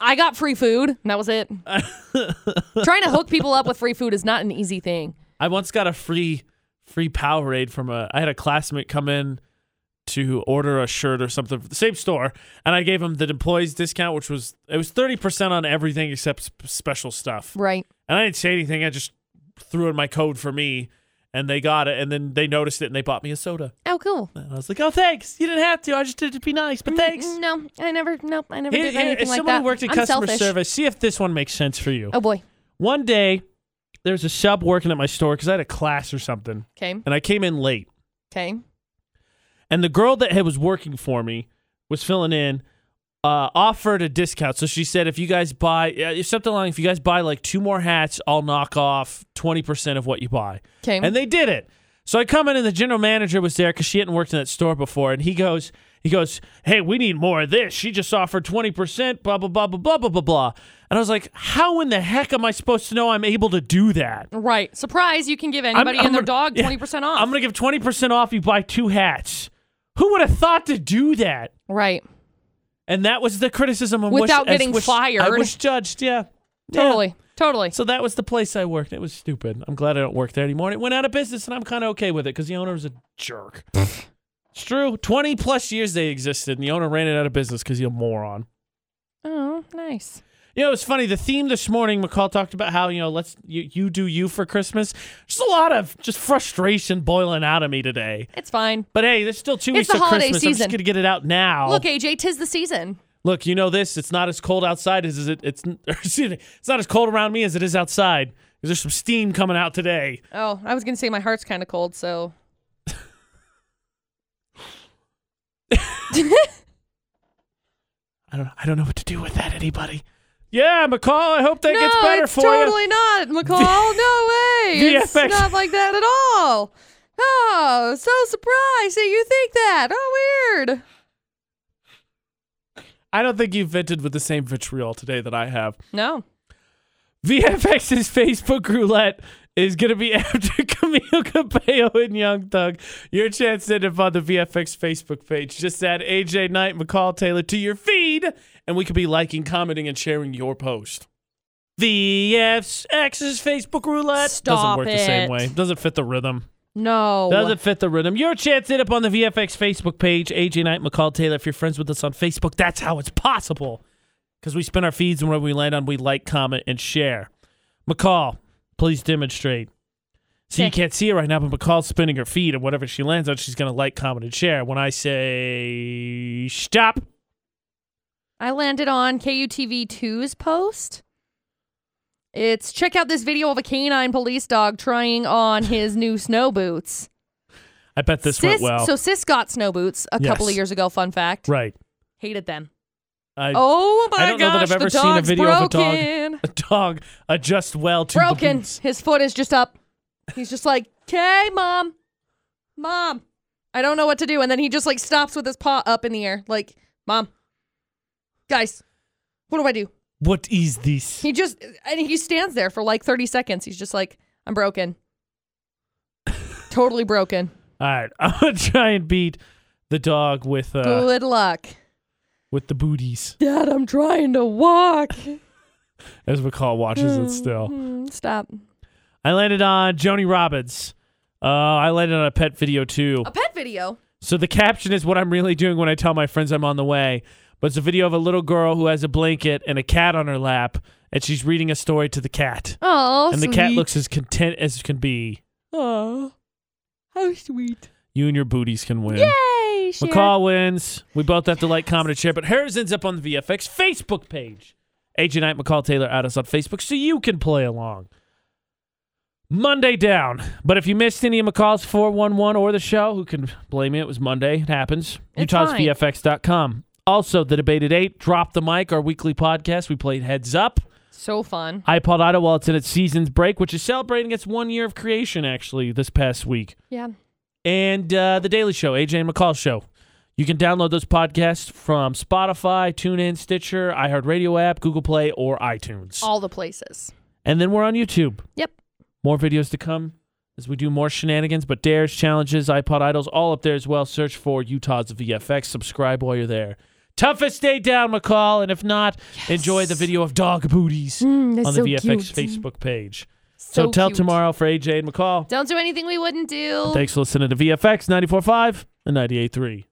I got free food, and that was it. Trying to hook people up with free food is not an easy thing. I once got a free free Powerade from a. I had a classmate come in to order a shirt or something, from the same store, and I gave him the employees discount, which was it was thirty percent on everything except sp- special stuff. Right. And I didn't say anything. I just threw in my code for me, and they got it, and then they noticed it, and they bought me a soda. Oh, cool. And I was like, "Oh, thanks. You didn't have to. I just did it to be nice, but thanks." Mm, No, I never, nope, I never Here- did here- anything if like someone that. who worked in I'm customer selfish. service, see if this one makes sense for you. Oh, boy. One day, there's a sub working at my store because I had a class or something, Okay. and I came in late. Okay. and the girl that had, was working for me was filling in uh, offered a discount so she said if you guys buy uh, if something like if you guys buy like two more hats i'll knock off 20% of what you buy Okay. and they did it so i come in and the general manager was there because she hadn't worked in that store before and he goes he goes hey we need more of this she just offered 20% blah blah blah blah blah blah blah blah and i was like how in the heck am i supposed to know i'm able to do that right. Surprise, you can give anybody I'm and their gonna- dog yeah, 20% off. I'm going to give 20% off you buy two hats. Who would have thought to do that? right. And that was the criticism on Without which, as getting which I fired. was judged, yeah. Yeah. Totally. Totally. So that was the place I worked. It was stupid. I'm glad I don't work there anymore. And it went out of business, and I'm kind of okay with it because the owner was a jerk. it's true. 20 plus years they existed, and the owner ran it out of business because he's a moron. oh, nice. You know, it's funny. The theme this morning, McCall talked about how you know, let's you, you do you for Christmas. Just a lot of just frustration boiling out of me today. It's fine. But hey, there's still two weeks It's the of holiday Christmas. I'm season. just gonna get it out now. Look, AJ, tis the season. Look, you know this. It's not as cold outside as is it. It's excuse me, it's not as cold around me as it is outside. 'Cause There's some steam coming out today. Oh, I was gonna say my heart's kind of cold, so. I don't. I don't know what to do with that. Anybody? Yeah, McCall. I hope that no, gets better it's for totally you. not, McCall. no way. It's VFX. not like that at all. Oh, so surprised that you think that. Oh, weird. I don't think you vented with the same vitriol today that I have. No. VFX's Facebook roulette is going to be after Camille Cabello and Young Thug. Your chance to end up on the VFX Facebook page. Just add AJ Knight, McCall Taylor to your feed, and we could be liking, commenting, and sharing your post. VFX's Facebook roulette doesn't Stop work the same it. way. Doesn't fit the rhythm. No. Doesn't fit the rhythm. Your chance hit up on the VFX Facebook page, AJ Knight, McCall Taylor. If you're friends with us on Facebook, that's how it's possible. Because we spin our feeds and wherever we land on, we like, comment, and share. McCall, please demonstrate. So you Okay. can't see it right now, but McCall's spinning her feed, and whatever she lands on, she's gonna like, comment, and share. When I say stop, I landed on KUTV 2's post. It's check out this video of a canine police dog trying on his new snow boots. I bet this went Sis, well. So Sis got snow boots a couple Yes. of years ago. Fun fact, right. hated them. I, oh my I don't know gosh, that I've ever the seen a dog's video broken. of a dog a dog adjust well to the broken. boots. His foot is just up. He's just like, "Okay, mom, mom, I don't know what to do." And then he just like stops with his paw up in the air, like, "Mom, guys, what do I do?" What is this? He just and he stands there for like 30 seconds. He's just like, "I'm broken, totally broken." All right, I'm gonna try and beat the dog with uh, Good luck, with the booties Dad. I'm trying to walk. as McCall watches it still. Mm, Stop. Oh. I landed on Joni Robbins. Uh, I landed on a pet video too. A pet video. So the caption is what I'm really doing when I tell my friends I'm on the way. But it's a video of a little girl who has a blanket and a cat on her lap, and she's reading a story to the cat. Oh, and the cat looks as content as can be. Oh, how sweet. You and your booties can win. Yay, Sharon. McCall wins. We both have to like, comment, and share, but hers ends up on the VFX Facebook page. AJ Knight, McCall Taylor, add us on Facebook so you can play along. Monday down. But if you missed any of McCall's 411 or the show, who can blame me? It was Monday. It happens. It's fine. UtahsVFX.com. Also, The Debate at 8, Drop the Mic, our weekly podcast. We played Heads Up So fun. iPod Idol while it's in its season's break, which is celebrating its one year of creation, actually, this past week Yeah. and uh, The Daily Show, AJ and McCall Show. You can download those podcasts from Spotify, TuneIn, Stitcher, iHeartRadio app, Google Play, or iTunes. All the places. And then we're on YouTube. Yep. More videos to come as we do more shenanigans, but dares, challenges, iPod idols, all up there as well. Search for Utah's VFX. Subscribe while you're there. Toughest day down, McCall. And if not, enjoy the video of dog booties that's on the Mm, so VFX cute. Facebook page. So, till cute. tomorrow for AJ and McCall. Don't do anything we wouldn't do. Thanks for listening to VFX 94.5 and 98.3.